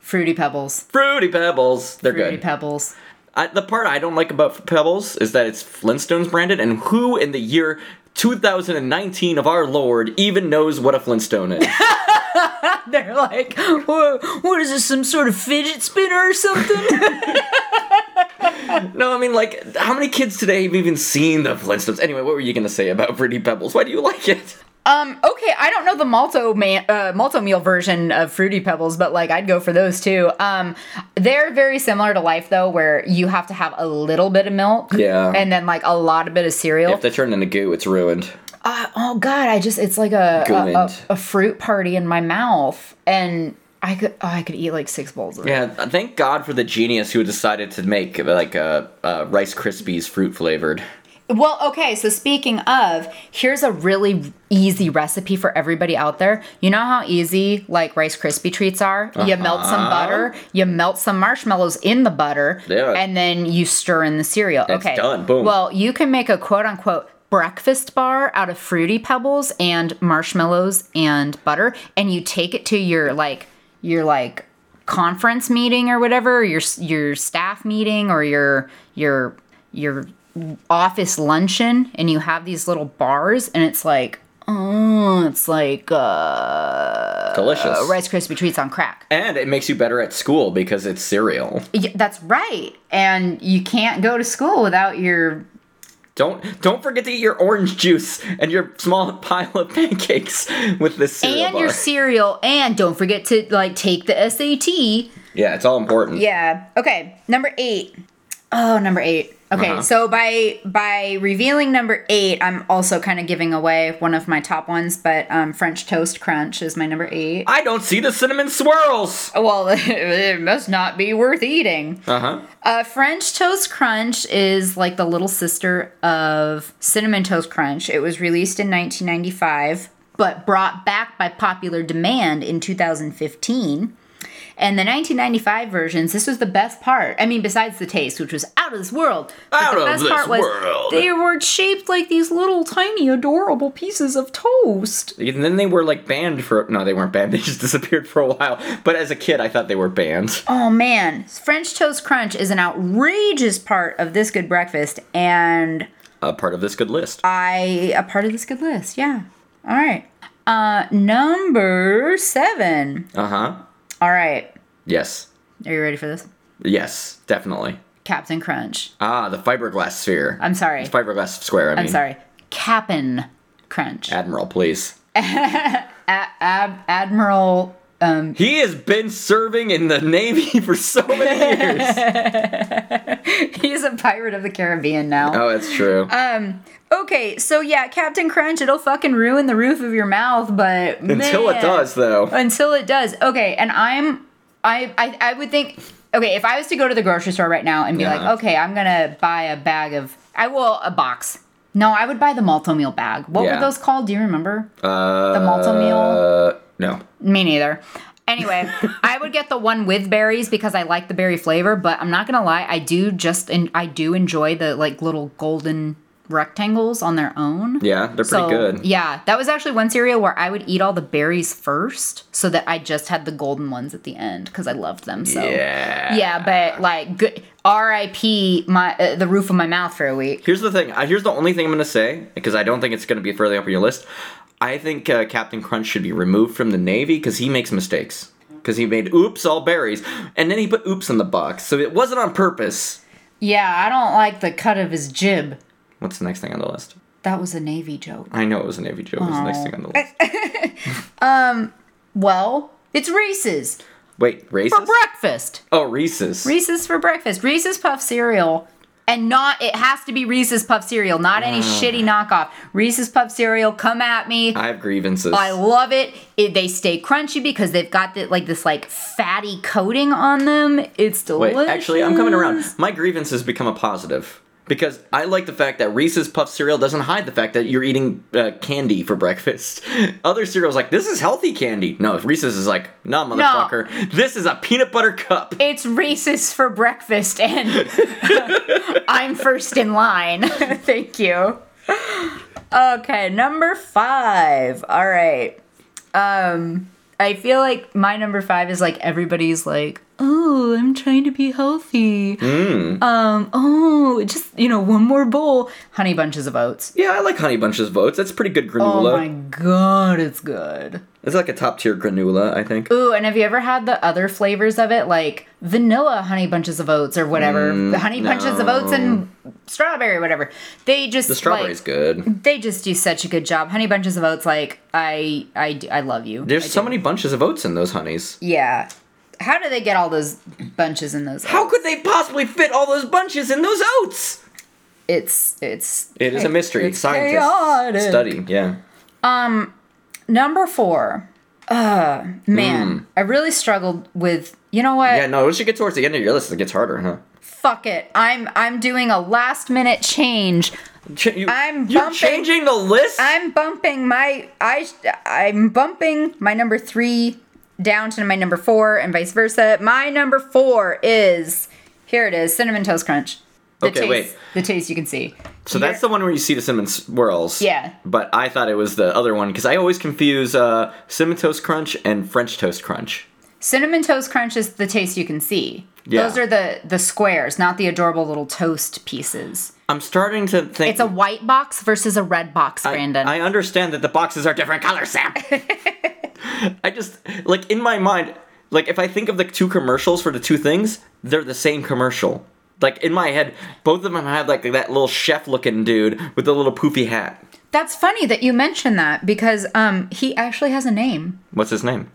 [SPEAKER 2] fruity pebbles.
[SPEAKER 1] Fruity Pebbles. They're
[SPEAKER 2] Fruity
[SPEAKER 1] good.
[SPEAKER 2] pebbles.
[SPEAKER 1] I, the part I don't like about Pebbles is that it's Flintstones branded, and who in the year 2019 of our Lord even knows what a Flintstone is?
[SPEAKER 2] They're like, Whoa, what is this? Some sort of fidget spinner or something?
[SPEAKER 1] no, I mean, like, how many kids today have even seen the Flintstones? Anyway, what were you gonna say about Fruity Pebbles? Why do you like it?
[SPEAKER 2] um. Okay, I don't know the malto man, uh, malto meal version of fruity pebbles, but like I'd go for those too. Um, they're very similar to life though, where you have to have a little bit of milk,
[SPEAKER 1] Yeah.
[SPEAKER 2] and then like a lot of bit of cereal.
[SPEAKER 1] If they turn into goo, it's ruined.
[SPEAKER 2] Uh, oh God, I just it's like a a, a
[SPEAKER 1] Gland.
[SPEAKER 2] a fruit party in my mouth, and I could oh, I could eat like six bowls of it.
[SPEAKER 1] Yeah, thank uh, God for the genius who decided to make like uh, uh, Rice Krispies fruit flavored.
[SPEAKER 2] Well, okay, so speaking of, here's a really easy recipe for everybody out there. You know how easy like Rice Krispie treats are? You melt some
[SPEAKER 1] Uh-huh.
[SPEAKER 2] butter, you melt some marshmallows in the butter,
[SPEAKER 1] Yeah.
[SPEAKER 2] and then you stir in the cereal.
[SPEAKER 1] It's
[SPEAKER 2] okay.
[SPEAKER 1] done. Boom.
[SPEAKER 2] Well, you can make a quote unquote breakfast bar out of fruity pebbles and marshmallows and butter and you take it to your like your like conference meeting or whatever, your your staff meeting or your your your office luncheon and you have these little bars and it's like oh, it's like uh
[SPEAKER 1] Delicious.
[SPEAKER 2] Rice Krispie treats on crack.
[SPEAKER 1] And it makes you better at school because it's cereal.
[SPEAKER 2] Yeah, that's right. And you can't go to school without your
[SPEAKER 1] Don't don't forget to eat your orange juice and your small pile of pancakes with this cereal
[SPEAKER 2] and
[SPEAKER 1] bar.
[SPEAKER 2] your cereal and don't forget to like take the SAT.
[SPEAKER 1] yeah, it's all important.
[SPEAKER 2] Yeah. Okay. Number eight. Oh, number eight. Okay.
[SPEAKER 1] Uh-huh.
[SPEAKER 2] So by by revealing number eight, I'm also kind of giving away one of my top ones, but um, French toast crunch is my number eight.
[SPEAKER 1] I don't see the cinnamon swirls.
[SPEAKER 2] Uh, well, it must not be worth eating.
[SPEAKER 1] Uh huh.
[SPEAKER 2] Uh, French Toast Crunch is like the little sister of Cinnamon Toast Crunch. It was released in 1995, but brought back by popular demand in 2015. And the 1995 versions, this was the best part. I mean, besides the taste, which was out of this world. but
[SPEAKER 1] Out
[SPEAKER 2] the
[SPEAKER 1] of
[SPEAKER 2] best
[SPEAKER 1] this
[SPEAKER 2] part was
[SPEAKER 1] world.
[SPEAKER 2] They were shaped like these little tiny adorable pieces of toast.
[SPEAKER 1] And then they were like banned for no, they weren't banned. They just disappeared for a while. But as a kid, I thought they were banned.
[SPEAKER 2] Oh man, French Toast Crunch is an outrageous part of this good breakfast and
[SPEAKER 1] A part of this good list.
[SPEAKER 2] I a part of this good list. Yeah. All right. Uh number 7.
[SPEAKER 1] Uh huh.
[SPEAKER 2] All right.
[SPEAKER 1] Yes.
[SPEAKER 2] Are you ready for this?
[SPEAKER 1] Yes. Definitely.
[SPEAKER 2] Captain Crunch.
[SPEAKER 1] Ah, the fiberglass sphere.
[SPEAKER 2] I'm sorry.
[SPEAKER 1] The fiberglass square. I mean,
[SPEAKER 2] I'm sorry. Cap'n Crunch.
[SPEAKER 1] Admiral, please.
[SPEAKER 2] Ab- Admiral
[SPEAKER 1] He has been serving in the Navy for so many years.
[SPEAKER 2] He's a pirate of the Caribbean now.
[SPEAKER 1] oh, that's true.
[SPEAKER 2] Okay, so yeah, Captain Crunch, it'll fucking ruin the roof of your mouth, but
[SPEAKER 1] Until it
[SPEAKER 2] man.
[SPEAKER 1] does, though.
[SPEAKER 2] until it does okay and i'm I, I i would think okay if i was to go to the grocery store right now and be
[SPEAKER 1] Yeah.
[SPEAKER 2] like okay i'm gonna buy a bag of i will a box no i would buy the malto meal bag what
[SPEAKER 1] Yeah.
[SPEAKER 2] were those called do you remember
[SPEAKER 1] Uh,
[SPEAKER 2] the malto meal
[SPEAKER 1] Uh, no.
[SPEAKER 2] me neither anyway i would get the one with berries because i like the berry flavor but i'm not gonna lie i do just and i do enjoy the like little golden rectangles on their own
[SPEAKER 1] Yeah, they're pretty good.
[SPEAKER 2] yeah, that was actually one cereal where I would eat all the berries first, so that I just had the golden ones at the end because I loved them. So
[SPEAKER 1] Yeah.
[SPEAKER 2] Yeah, but like good R.I.P. my uh, the roof of my mouth for a week.
[SPEAKER 1] Here's the thing. I, here's the only thing I'm going to say because I don't think it's going to be further up on your list. I think uh, Captain Crunch should be removed from the Navy because he makes mistakes. Because he made oops all berries, and then he put oops in the box, so it wasn't on purpose.
[SPEAKER 2] Yeah, I don't like the cut of his jib.
[SPEAKER 1] What's the next thing on the list?
[SPEAKER 2] That was a Navy joke.
[SPEAKER 1] I know it was a Navy joke. It was the
[SPEAKER 2] Oh.
[SPEAKER 1] next thing on the list.
[SPEAKER 2] Well, it's Reese's
[SPEAKER 1] Wait,
[SPEAKER 2] for
[SPEAKER 1] racist?
[SPEAKER 2] breakfast.
[SPEAKER 1] Oh, Reese's.
[SPEAKER 2] Reese's for breakfast. Reese's puff cereal. And not it has to be Reese's puff cereal, not any
[SPEAKER 1] Mm.
[SPEAKER 2] shitty knockoff. Reese's puff cereal, come at me.
[SPEAKER 1] I have grievances.
[SPEAKER 2] I love it. it. They stay crunchy because they've got the, like this like fatty coating on them. It's
[SPEAKER 1] Wait,
[SPEAKER 2] delicious.
[SPEAKER 1] actually, I'm coming around. My grievance has become a positive because I like the fact that Reese's Puff cereal doesn't hide the fact that you're eating uh, candy for breakfast. Other cereals like this is healthy candy. No, Reese's is like, nah, motherfucker, this is a peanut butter cup.
[SPEAKER 2] It's Reese's for breakfast, and I'm first in line. Thank you. Okay, number five. All right. Um, I feel like my number five is like everybody's like, oh, I'm trying to be healthy.
[SPEAKER 1] Hmm.
[SPEAKER 2] Um, oh, just you know, one more bowl. Honey bunches of oats.
[SPEAKER 1] Yeah, I like Honey Bunches of Oats. That's pretty good
[SPEAKER 2] Oh
[SPEAKER 1] granola.
[SPEAKER 2] my god, it's good.
[SPEAKER 1] It's like a top tier granola, I think.
[SPEAKER 2] Ooh, and have you ever had the other flavors of it, like vanilla honey bunches of oats or whatever?
[SPEAKER 1] Mm,
[SPEAKER 2] the honey bunches of oats and strawberry, whatever. They just
[SPEAKER 1] The strawberry's
[SPEAKER 2] like, mm,
[SPEAKER 1] good.
[SPEAKER 2] They just do such a good job. Honey bunches of oats, like I, I, d- I love you.
[SPEAKER 1] There's
[SPEAKER 2] I
[SPEAKER 1] so
[SPEAKER 2] do.
[SPEAKER 1] many bunches of oats in those honeys.
[SPEAKER 2] Yeah. How do they get all those bunches in those?
[SPEAKER 1] How
[SPEAKER 2] oats?
[SPEAKER 1] could they possibly fit all those bunches in those oats?
[SPEAKER 2] It's it's
[SPEAKER 1] It is a mystery.
[SPEAKER 2] It's
[SPEAKER 1] Scientists
[SPEAKER 2] chaotic.
[SPEAKER 1] study. Yeah.
[SPEAKER 2] number four. Uh man, I really struggled with. You know what?
[SPEAKER 1] Mm. Yeah, no, once you get towards the end of your list, it gets harder, huh?
[SPEAKER 2] fuck it. I'm I'm doing a last minute change.
[SPEAKER 1] Ch- you,
[SPEAKER 2] I'm
[SPEAKER 1] you're
[SPEAKER 2] bumping-
[SPEAKER 1] changing the list.
[SPEAKER 2] I'm bumping my I I'm bumping my number three down to my number four and vice versa. My number four is here it is cinnamon toast crunch. The
[SPEAKER 1] Okay,
[SPEAKER 2] taste,
[SPEAKER 1] wait.
[SPEAKER 2] The taste you can see.
[SPEAKER 1] so that's the one where you see the cinnamon swirls.
[SPEAKER 2] Yeah.
[SPEAKER 1] But I thought it was the other one because I always confuse uh, cinnamon toast crunch and French toast crunch.
[SPEAKER 2] cinnamon toast crunch is the taste you can see.
[SPEAKER 1] Yeah.
[SPEAKER 2] Those are the the squares, not the adorable little toast pieces.
[SPEAKER 1] I'm starting to think
[SPEAKER 2] It's a white box versus a red box,
[SPEAKER 1] I-
[SPEAKER 2] Brandon.
[SPEAKER 1] I, understand that the boxes are different colors, Sam. I just like in my mind, like if I think of the two commercials for the two things, they're the same commercial. Like in my head, both of them had like that little chef looking dude with the little poofy hat.
[SPEAKER 2] That's funny that you mentioned that because um he actually has a name.
[SPEAKER 1] What's his name?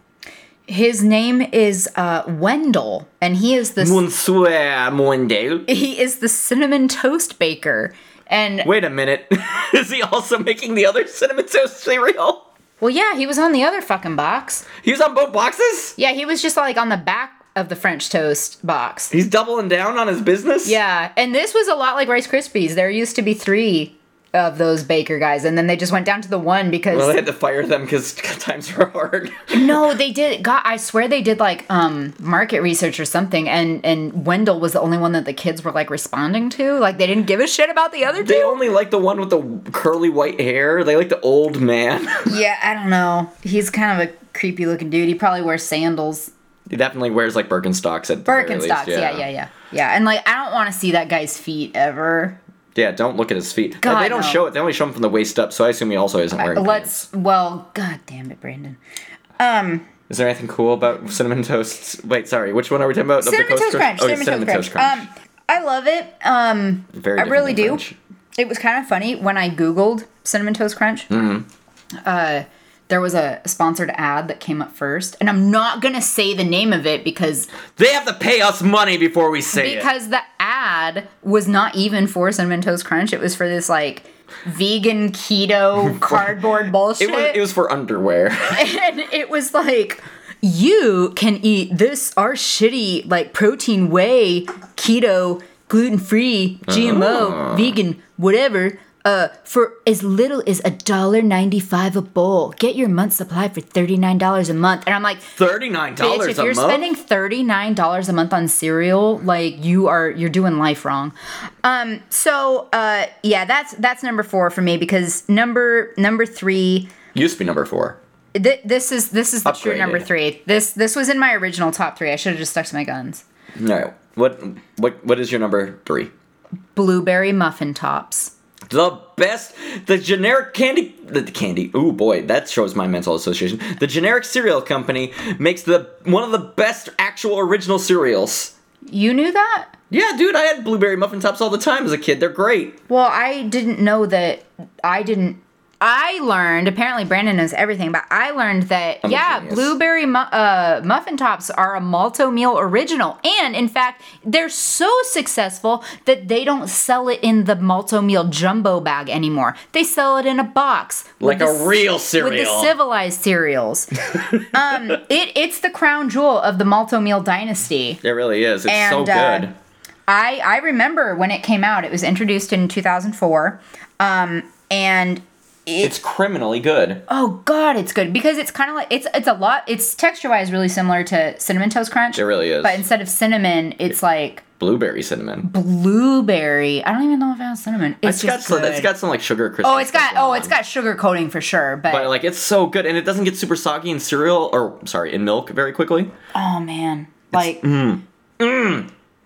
[SPEAKER 2] His name is uh Wendell and he is the
[SPEAKER 1] Monsieur Mondale.
[SPEAKER 2] he is the cinnamon toast baker and
[SPEAKER 1] Wait a minute. Is he also making the other cinnamon toast cereal?
[SPEAKER 2] well yeah he was on the other fucking box
[SPEAKER 1] He was on both boxes?
[SPEAKER 2] yeah he was just like on the back of the french toast box
[SPEAKER 1] He's doubling down on his business?
[SPEAKER 2] yeah and this was a lot like rice krispies there used to be three of those baker guys and then they just went down to the one because
[SPEAKER 1] Well, they had to fire them because times were hard.
[SPEAKER 2] no they did god i swear they did like um market research or something and and wendell was the only one that the kids were like responding to like they didn't give a shit about the other
[SPEAKER 1] They
[SPEAKER 2] two
[SPEAKER 1] only like the one with the curly white hair. They like the old man.
[SPEAKER 2] yeah i don't know he's kind of a creepy looking dude he probably wears sandals
[SPEAKER 1] he definitely wears like Birkenstocks at the very least,
[SPEAKER 2] Birkenstocks. yeah. yeah, yeah, yeah, And like, I don't want to see that guy's feet ever.
[SPEAKER 1] Yeah, don't look at his feet.
[SPEAKER 2] God,
[SPEAKER 1] they don't
[SPEAKER 2] no.
[SPEAKER 1] show it. They only show him from the waist up, so I assume he also isn't wearing pants. Oh,
[SPEAKER 2] Let's. Well, god damn it, Brandon.
[SPEAKER 1] Is there anything cool about cinnamon toast? Wait, sorry, which one are we talking about? Of the
[SPEAKER 2] Cinnamon toast crunch.
[SPEAKER 1] Oh,
[SPEAKER 2] cinnamon, toast crunch. Um, I love it. Um,
[SPEAKER 1] Very
[SPEAKER 2] I
[SPEAKER 1] different
[SPEAKER 2] really
[SPEAKER 1] than
[SPEAKER 2] do.
[SPEAKER 1] French.
[SPEAKER 2] It was kind of funny when I googled cinnamon toast crunch.
[SPEAKER 1] Mm-hmm.
[SPEAKER 2] Uh, there was a sponsored ad that came up first, and I'm not gonna say the name of it because
[SPEAKER 1] They have to pay us money before we say it.
[SPEAKER 2] because the ad was not even for cinnamon toast crunch. It was for this like vegan keto cardboard bullshit.
[SPEAKER 1] It was, it was for underwear.
[SPEAKER 2] and it was like you can eat this our shitty like protein whey keto gluten-free
[SPEAKER 1] Ah.
[SPEAKER 2] gmo vegan whatever uh, for as little as a dollar ninety-five a bowl, get your month supply for thirty-nine dollars a month, and I'm like,
[SPEAKER 1] Thirty-nine
[SPEAKER 2] bitch,
[SPEAKER 1] dollars
[SPEAKER 2] if
[SPEAKER 1] a
[SPEAKER 2] you're
[SPEAKER 1] month.
[SPEAKER 2] spending thirty-nine dollars a month on cereal, like you are, you're doing life wrong. Um, so uh, yeah, that's that's number four for me because number number three,
[SPEAKER 1] Used to be number four.
[SPEAKER 2] Th- this is this is the true
[SPEAKER 1] Upgraded.
[SPEAKER 2] number three. This this was in my original top three. I should have just stuck to my guns.
[SPEAKER 1] All right, what what what is your number three?
[SPEAKER 2] Blueberry muffin tops.
[SPEAKER 1] The best, the generic candy, the candy. Ooh boy, that shows my mental association. The generic cereal company makes the one of the best actual original cereals.
[SPEAKER 2] You knew that?
[SPEAKER 1] Yeah, dude, I had blueberry muffin tops all the time as a kid. They're great.
[SPEAKER 2] Well, I didn't know that. I didn't. I learned. Apparently, Brandon knows everything, but I learned that
[SPEAKER 1] a
[SPEAKER 2] yeah,
[SPEAKER 1] genius.
[SPEAKER 2] blueberry mu- uh, muffin tops are a Malto meal original, and in fact, they're so successful that they don't sell it in the Malto meal jumbo bag anymore. They sell it in a box,
[SPEAKER 1] Like
[SPEAKER 2] with
[SPEAKER 1] a
[SPEAKER 2] the-
[SPEAKER 1] real
[SPEAKER 2] with the
[SPEAKER 1] cereal.
[SPEAKER 2] civilized cereals. um, it it's the crown jewel of the Malto meal dynasty.
[SPEAKER 1] It really is. It's so
[SPEAKER 2] And, uh,
[SPEAKER 1] good.
[SPEAKER 2] I I remember when it came out. It was introduced in 2004, um, and
[SPEAKER 1] It's criminally good.
[SPEAKER 2] oh god, it's good because it's kind of like it's it's a lot. It's texture wise really similar to cinnamon toast crunch.
[SPEAKER 1] It really is.
[SPEAKER 2] But instead of cinnamon, it's like
[SPEAKER 1] Blueberry cinnamon.
[SPEAKER 2] blueberry. I don't even know if it has cinnamon. It's,
[SPEAKER 1] It's
[SPEAKER 2] just
[SPEAKER 1] got some,
[SPEAKER 2] good.
[SPEAKER 1] it's got some like sugar crisp.
[SPEAKER 2] oh, it's got
[SPEAKER 1] stuff
[SPEAKER 2] oh,
[SPEAKER 1] going
[SPEAKER 2] it's
[SPEAKER 1] on.
[SPEAKER 2] got sugar coating for sure. But,
[SPEAKER 1] But like it's so good, and it doesn't get super soggy in cereal or sorry in milk very quickly.
[SPEAKER 2] oh man, like.
[SPEAKER 1] mm,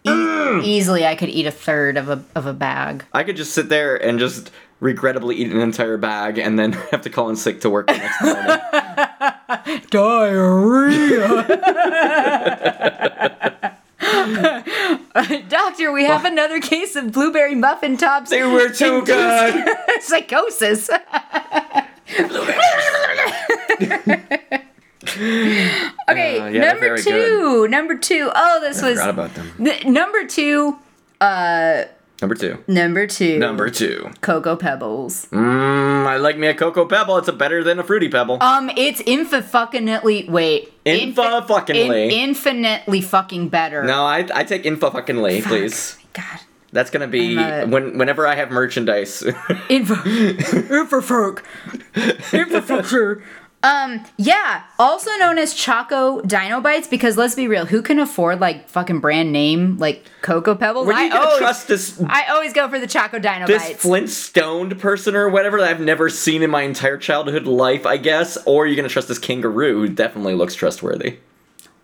[SPEAKER 2] E- Easily, I could eat a third of a of a bag.
[SPEAKER 1] I could just sit there and just regrettably eat an entire bag and then have to call in sick to work the next morning.
[SPEAKER 2] diarrhea. Doctor, we have another case of blueberry muffin tops
[SPEAKER 1] they were too good.
[SPEAKER 2] psychosis.
[SPEAKER 1] Uh,
[SPEAKER 2] okay,
[SPEAKER 1] Uh, yeah, they're
[SPEAKER 2] number
[SPEAKER 1] very
[SPEAKER 2] two.
[SPEAKER 1] good.
[SPEAKER 2] Number two. Oh, this was
[SPEAKER 1] Forgot about them.
[SPEAKER 2] Th- number two.
[SPEAKER 1] Number two.
[SPEAKER 2] Number two.
[SPEAKER 1] Number two.
[SPEAKER 2] Cocoa Pebbles.
[SPEAKER 1] Mmm, I like me a cocoa pebble. It's a better than a fruity pebble.
[SPEAKER 2] Um, it's infa fucking wait.
[SPEAKER 1] Infa fucking
[SPEAKER 2] in-
[SPEAKER 1] Lee.
[SPEAKER 2] infinitely fucking better. Oh
[SPEAKER 1] no, I I take infa fucking lay, please.
[SPEAKER 2] God.
[SPEAKER 1] That's gonna be
[SPEAKER 2] I'm, uh,
[SPEAKER 1] when whenever I have merchandise.
[SPEAKER 2] Info- Infrafolk. Infrastructure. Um, yeah, also known as Choco Dino Bites, because let's be real, who can afford like fucking brand name like Cocoa Pebbles?
[SPEAKER 1] Where do
[SPEAKER 2] I
[SPEAKER 1] you gonna
[SPEAKER 2] always,
[SPEAKER 1] trust this
[SPEAKER 2] I always go for the Choco Dino
[SPEAKER 1] this
[SPEAKER 2] Bites.
[SPEAKER 1] Flintstoned person or whatever that I've never seen in my entire childhood life, I guess? Or you're gonna trust this kangaroo who definitely looks trustworthy.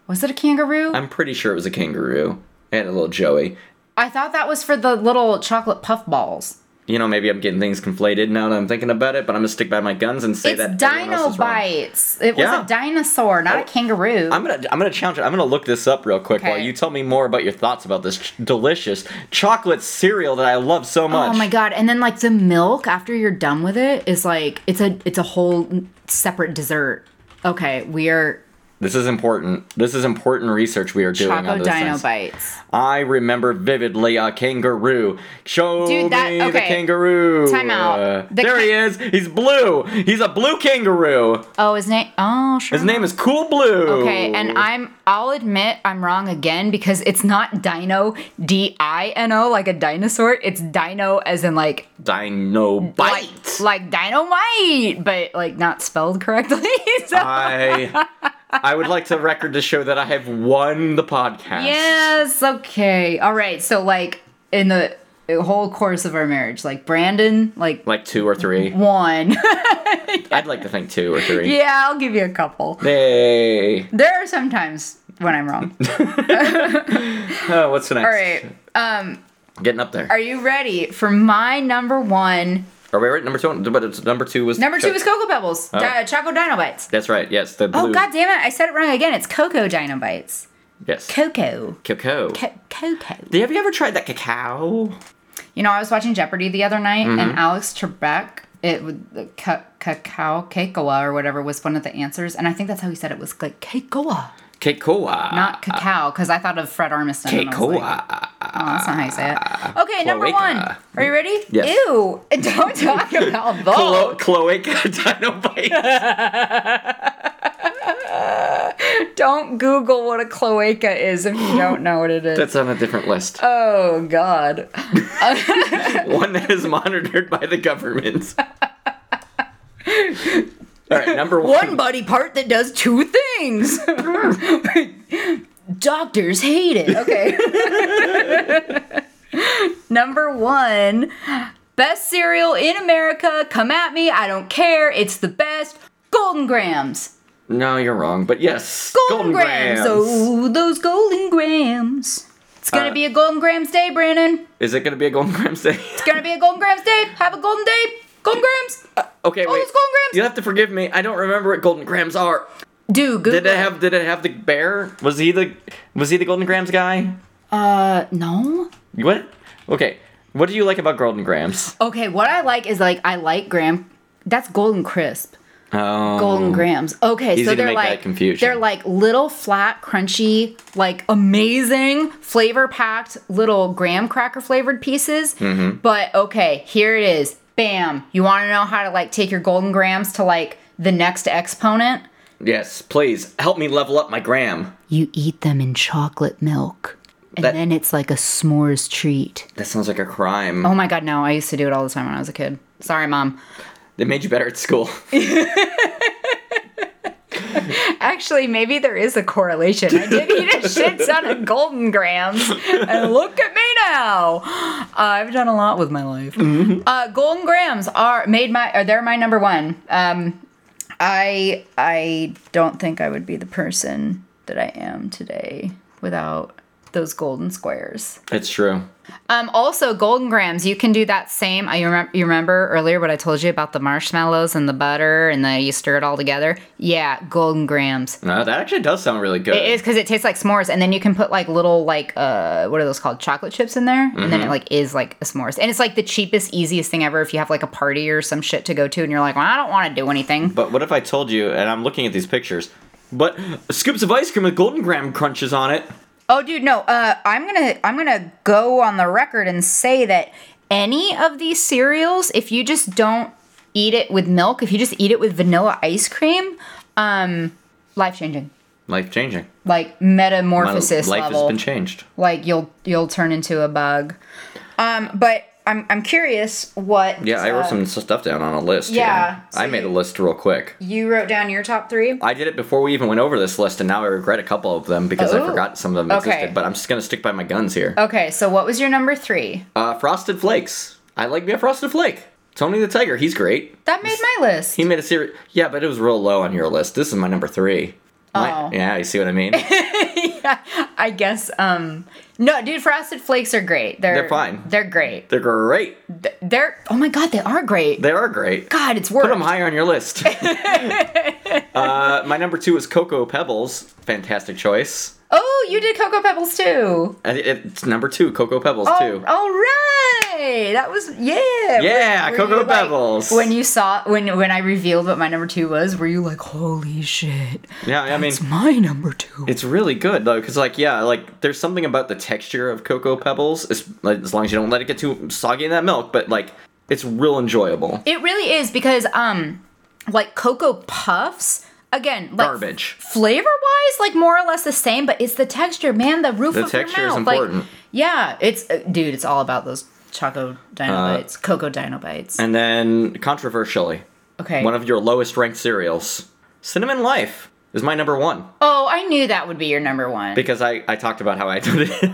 [SPEAKER 2] Was it a kangaroo?
[SPEAKER 1] I'm pretty sure it was a kangaroo and a little Joey.
[SPEAKER 2] I thought that was for the little chocolate puff balls.
[SPEAKER 1] You know, maybe I'm getting things conflated now that I'm thinking about it, but I'm gonna stick by my guns and say
[SPEAKER 2] It's
[SPEAKER 1] that everyone else
[SPEAKER 2] Dino
[SPEAKER 1] is wrong.
[SPEAKER 2] Bites. It
[SPEAKER 1] Yeah. Oh,
[SPEAKER 2] was a dinosaur, not a kangaroo.
[SPEAKER 1] I'm gonna I'm gonna challenge it. I'm gonna look this up real quick while
[SPEAKER 2] Okay.
[SPEAKER 1] you tell me more about your thoughts about this ch- delicious chocolate cereal that I love so much.
[SPEAKER 2] Oh my god! And then like the milk after you're done with it is like it's a it's a whole separate dessert. Okay, we are
[SPEAKER 1] This is important. This is important research we are doing on
[SPEAKER 2] Choco
[SPEAKER 1] this.
[SPEAKER 2] Dino
[SPEAKER 1] sense.
[SPEAKER 2] Bites.
[SPEAKER 1] I remember vividly a kangaroo. Show
[SPEAKER 2] Dude, that-
[SPEAKER 1] me the
[SPEAKER 2] okay.
[SPEAKER 1] kangaroo.
[SPEAKER 2] Time out.
[SPEAKER 1] Uh,
[SPEAKER 2] The
[SPEAKER 1] there
[SPEAKER 2] ca-
[SPEAKER 1] he is. He's blue. He's a blue kangaroo.
[SPEAKER 2] Oh, his name? Oh, sure.
[SPEAKER 1] His name is Cool Blue.
[SPEAKER 2] Okay, and I'm I'll admit I'm wrong again because it's not Dino D I N O like a dinosaur. It's Dino as in like
[SPEAKER 1] Dino Bite.
[SPEAKER 2] like, like dynamite, but like not spelled correctly. so,
[SPEAKER 1] Ah, I I would like to record to show that I have won the podcast.
[SPEAKER 2] Yes, okay. All right. So like in the whole course of our marriage, like Brandon like
[SPEAKER 1] Like two or three.
[SPEAKER 2] one.
[SPEAKER 1] I'd like to think two or three.
[SPEAKER 2] yeah, I'll give you a couple.
[SPEAKER 1] Hey.
[SPEAKER 2] There are some times when I'm wrong.
[SPEAKER 1] Oh, what's next?
[SPEAKER 2] All right.
[SPEAKER 1] Getting up there.
[SPEAKER 2] Are you ready for my number 1?
[SPEAKER 1] Are we right? Number two. But it's number two was
[SPEAKER 2] Number 2 is Cocoa Pebbles. Di- uh, Choco Dino Bites.
[SPEAKER 1] That's right. Yes, the Oh. blue.
[SPEAKER 2] Oh god damn it. I said it wrong again. It's Cocoa Dino Bites.
[SPEAKER 1] Yes.
[SPEAKER 2] Cocoa.
[SPEAKER 1] Cocoa.
[SPEAKER 2] Co- Cocoa.
[SPEAKER 1] Have you ever tried that cacao?
[SPEAKER 2] You know, I was watching Jeopardy the other night,
[SPEAKER 1] Mm-hmm.
[SPEAKER 2] and Alex Trebek, it would- the ca- cacao cakeoa or whatever was one of the answers, and I think that's how he said it was like cakeoa,
[SPEAKER 1] Cacao.
[SPEAKER 2] not cacao, because I thought of Fred Armisen. and I was
[SPEAKER 1] Cacao.
[SPEAKER 2] like, oh, that's not how you say it. Okay, number
[SPEAKER 1] Cloaca.
[SPEAKER 2] one. Are you ready?
[SPEAKER 1] Yes.
[SPEAKER 2] Ew! Don't talk about those.
[SPEAKER 1] Clo- cloaca dynamite.
[SPEAKER 2] Don't Google what a cloaca is if you don't know what it is.
[SPEAKER 1] That's on a different list.
[SPEAKER 2] oh God.
[SPEAKER 1] One that is monitored by the government. All right, number
[SPEAKER 2] one body part that does two things. Doctors hate it. Okay. Number one, best cereal in America. Come at me. I don't care. It's the best. Golden Grams.
[SPEAKER 1] No, you're wrong, but yes.
[SPEAKER 2] Golden, Grams. Oh, those Golden Grams. It's gonna
[SPEAKER 1] Uh,
[SPEAKER 2] be a Golden Grams day, Brandon.
[SPEAKER 1] Is it going to be a Golden Grams day?
[SPEAKER 2] It's gonna be a Golden Grams day. Have a Golden day. Golden Grams.
[SPEAKER 1] okay,
[SPEAKER 2] oh,
[SPEAKER 1] Uh, wait.
[SPEAKER 2] it's Golden Grams.
[SPEAKER 1] You'll have to forgive me. I don't remember what Golden Grams are.
[SPEAKER 2] Dude, good.
[SPEAKER 1] Did it have did it have the bear? Was he the was he the Golden Grams guy?
[SPEAKER 2] Uh, no.
[SPEAKER 1] What? Okay. What do you like about Golden Grams?
[SPEAKER 2] Okay, what I like is like I like graham. That's golden crisp.
[SPEAKER 1] Oh.
[SPEAKER 2] Golden grams. Okay,
[SPEAKER 1] Easy
[SPEAKER 2] so
[SPEAKER 1] to
[SPEAKER 2] they're
[SPEAKER 1] make that
[SPEAKER 2] like
[SPEAKER 1] confusion.
[SPEAKER 2] they're like little flat, crunchy, like amazing flavor packed little graham cracker flavored pieces.
[SPEAKER 1] Mm-hmm.
[SPEAKER 2] But okay, here it is. Bam! You want to know how to like take your golden grams to like the next exponent?
[SPEAKER 1] Yes, please help me level up my gram.
[SPEAKER 2] You eat them in chocolate milk, and
[SPEAKER 1] That-
[SPEAKER 2] then it's like a s'mores treat.
[SPEAKER 1] That sounds like a crime.
[SPEAKER 2] Oh my god, no! I used to do it all the time when I was a kid. Sorry, mom.
[SPEAKER 1] It made you better at school.
[SPEAKER 2] Actually, maybe there is a correlation. I did eat a shit ton of golden grams, and look at me now. Uh, I've done a lot with my life. Uh, golden grams are made my. Or they're my number one. Um, I I don't think I would be the person that I am today without those golden squares.
[SPEAKER 1] It's true.
[SPEAKER 2] Um, also, golden grams. You can do that same. I remember. You remember earlier what I told you about the marshmallows and the butter, and then you stir it all together. Yeah, golden grams.
[SPEAKER 1] No, that actually does sound really good.
[SPEAKER 2] It is because it tastes like s'mores, and then you can put like little like uh what are those called chocolate chips in there, and
[SPEAKER 1] Mm-hmm.
[SPEAKER 2] then it like is like a s'mores, and it's like the cheapest, easiest thing ever if you have like a party or some shit to go to, and you're like, well, I don't want to do anything.
[SPEAKER 1] But what if I told you, and I'm looking at these pictures, but scoops of ice cream with golden graham crunches on it?
[SPEAKER 2] Oh, dude, no. Uh, I'm gonna I'm gonna go on the record and say that any of these cereals, if you just don't eat it with milk, if you just eat it with vanilla ice cream, um, life changing,
[SPEAKER 1] Life changing.
[SPEAKER 2] like
[SPEAKER 1] My
[SPEAKER 2] metamorphosis
[SPEAKER 1] life
[SPEAKER 2] level.
[SPEAKER 1] has been changed.
[SPEAKER 2] like you'll you'll turn into a bug. Um, but I'm I'm curious what.
[SPEAKER 1] Yeah, I wrote some
[SPEAKER 2] uh,
[SPEAKER 1] stuff down on a list. here.
[SPEAKER 2] yeah, so
[SPEAKER 1] I made
[SPEAKER 2] you-
[SPEAKER 1] a list real quick.
[SPEAKER 2] You wrote down your top three.
[SPEAKER 1] I did it before we even went over this list, and now I regret a couple of them because
[SPEAKER 2] Oh.
[SPEAKER 1] I forgot some of them
[SPEAKER 2] Okay. Oh.
[SPEAKER 1] existed. But I'm just gonna stick by my guns here.
[SPEAKER 2] Okay, so what was your number three?
[SPEAKER 1] Uh, Frosted Flakes. I like me a Frosted Flake. Tony the Tiger. He's great.
[SPEAKER 2] That made my list.
[SPEAKER 1] He made a series. Yeah, but it was real low on your list. This is my number three. My-
[SPEAKER 2] Oh.
[SPEAKER 1] Yeah, you see what I mean?
[SPEAKER 2] I guess. Um, no, dude, frosted flakes are great. They're
[SPEAKER 1] They're fine.
[SPEAKER 2] They're great.
[SPEAKER 1] They're great.
[SPEAKER 2] Th- They're oh my god, they are great.
[SPEAKER 1] They are great.
[SPEAKER 2] God, it's
[SPEAKER 1] Put them
[SPEAKER 2] worth.
[SPEAKER 1] higher on your list. uh, my number two is Cocoa Pebbles. Fantastic choice.
[SPEAKER 2] Oh, you did cocoa pebbles too.
[SPEAKER 1] And it- It's number two, Cocoa Pebbles
[SPEAKER 2] Oh,
[SPEAKER 1] too.
[SPEAKER 2] all right. That was yeah.
[SPEAKER 1] Yeah, Cocoa
[SPEAKER 2] you, like-
[SPEAKER 1] Pebbles.
[SPEAKER 2] when you saw when when I revealed what my number two was, were you like, holy shit?
[SPEAKER 1] yeah, I mean,
[SPEAKER 2] It's my number two.
[SPEAKER 1] it's really good though, because like, yeah, like there's something about the texture of Cocoa Pebbles, as, like, as long as you don't let it get too soggy in that milk. But like, it's real enjoyable.
[SPEAKER 2] It really is because um like cocoa puffs again like
[SPEAKER 1] Garbage.
[SPEAKER 2] flavor wise like more or less the same but it's the texture man the roof
[SPEAKER 1] The
[SPEAKER 2] of
[SPEAKER 1] texture
[SPEAKER 2] your
[SPEAKER 1] is
[SPEAKER 2] mouth
[SPEAKER 1] important.
[SPEAKER 2] like yeah it's uh, dude it's all about those choco dinobites cocoa dinobites
[SPEAKER 1] Uh, And then controversially,
[SPEAKER 2] okay
[SPEAKER 1] one of your lowest ranked cereals, Cinnamon Life, is my number one.
[SPEAKER 2] oh I knew that would be your number one
[SPEAKER 1] Because I, I talked about how I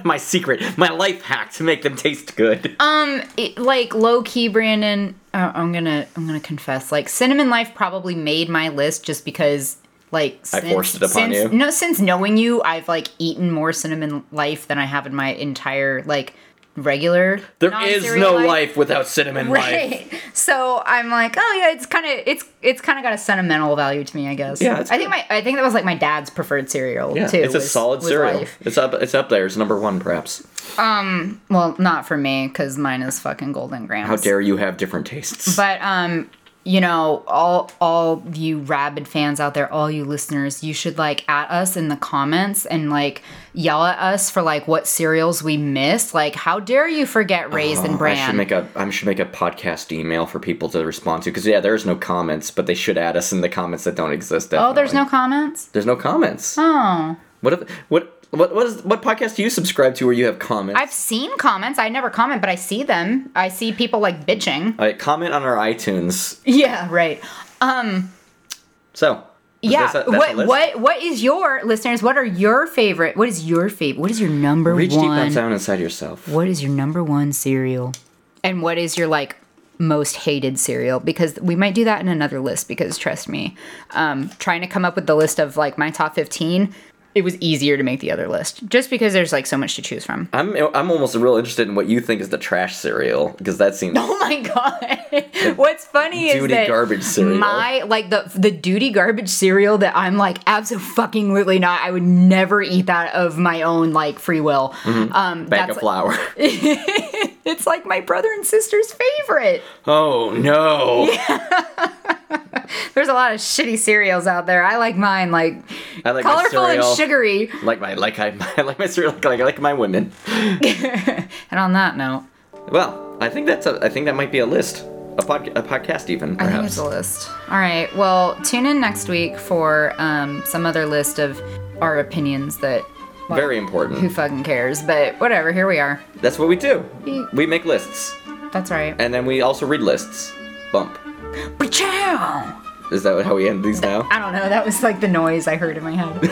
[SPEAKER 1] my secret, my life hack to make them taste good.
[SPEAKER 2] um it, like low key Brandon uh, I'm gonna I'm gonna confess like cinnamon life probably made my list just because like
[SPEAKER 1] I
[SPEAKER 2] since-
[SPEAKER 1] forced it upon
[SPEAKER 2] since-
[SPEAKER 1] you.
[SPEAKER 2] No, since knowing you, I've like eaten more cinnamon life than I have in my entire like regular.
[SPEAKER 1] There is
[SPEAKER 2] non-cereal
[SPEAKER 1] no life without cinnamon life.
[SPEAKER 2] Right. So I'm like, oh yeah, it's kind of it's it's kind of got a sentimental value to me, I guess.
[SPEAKER 1] Yeah, it's
[SPEAKER 2] I think my I think that was like my dad's preferred cereal
[SPEAKER 1] Yeah,
[SPEAKER 2] too.
[SPEAKER 1] it's a
[SPEAKER 2] was-
[SPEAKER 1] solid
[SPEAKER 2] was
[SPEAKER 1] cereal.
[SPEAKER 2] Life.
[SPEAKER 1] It's up it's up there. It's number one perhaps.
[SPEAKER 2] Well, not for me because mine is fucking golden grams.
[SPEAKER 1] How dare you have different tastes?
[SPEAKER 2] But um, you know, all all you rabid fans out there, all you listeners, you should like at us in the comments and like yell at us for like what cereals we missed. Like, how dare you forget Raisin
[SPEAKER 1] Oh, I should
[SPEAKER 2] Bran?
[SPEAKER 1] make a I should make a podcast email for people to respond to because yeah, there is no comments, but they should add us in the comments that don't exist.
[SPEAKER 2] oh, there's no
[SPEAKER 1] definitely.
[SPEAKER 2] comments.
[SPEAKER 1] there's no comments.
[SPEAKER 2] Oh,
[SPEAKER 1] What if, what what what is what podcast do you subscribe to where you have comments?
[SPEAKER 2] I've seen comments. I never comment, but I see them. I see people like bitching.
[SPEAKER 1] All right, comment on our iTunes.
[SPEAKER 2] Yeah, right.
[SPEAKER 1] So is
[SPEAKER 2] Yeah.
[SPEAKER 1] this a- that's a
[SPEAKER 2] what
[SPEAKER 1] list?
[SPEAKER 2] what what is your listeners? What are your favorite? What is your favorite? What is your number
[SPEAKER 1] Reach deep
[SPEAKER 2] one?
[SPEAKER 1] down down inside yourself.
[SPEAKER 2] What is your number one cereal? And what is your like most hated cereal? Because we might do that in another list. Because trust me, um, trying to come up with the list of like my top fifteen, it was easier to make the other list just because there's like so much to choose from.
[SPEAKER 1] I'm I'm almost real interested in what you think is the trash cereal because that seems
[SPEAKER 2] Oh my god! What's funny is
[SPEAKER 1] duty
[SPEAKER 2] that
[SPEAKER 1] garbage cereal.
[SPEAKER 2] my like the the duty garbage cereal that I'm like absolutely not. I would never eat that of my own like free will. Um,
[SPEAKER 1] bag
[SPEAKER 2] that's
[SPEAKER 1] of flour.
[SPEAKER 2] it's like my brother and sister's favorite.
[SPEAKER 1] oh no!
[SPEAKER 2] There's a lot of shitty cereals out there. I like mine like,
[SPEAKER 1] I like
[SPEAKER 2] colorful
[SPEAKER 1] my
[SPEAKER 2] and
[SPEAKER 1] cereal.
[SPEAKER 2] sugary.
[SPEAKER 1] Like my like I, I like my cereal like, I like my women.
[SPEAKER 2] And on that note,
[SPEAKER 1] Well, I think that's a I think that might be a list, a, pod, a podcast even
[SPEAKER 2] I think it's
[SPEAKER 1] perhaps.
[SPEAKER 2] a list. All right. Well, tune in next week for um, some other list of our opinions that well,
[SPEAKER 1] Very
[SPEAKER 2] who
[SPEAKER 1] important.
[SPEAKER 2] fucking cares. But whatever. Here we are.
[SPEAKER 1] That's what we do.
[SPEAKER 2] Eat.
[SPEAKER 1] We make lists,
[SPEAKER 2] That's right.
[SPEAKER 1] and then we also read lists. Bump.
[SPEAKER 2] Pachow!
[SPEAKER 1] Is that how we end these now?
[SPEAKER 2] I don't know. That was like the noise I heard in my head.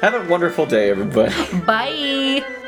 [SPEAKER 1] Have a wonderful day, everybody.
[SPEAKER 2] Bye.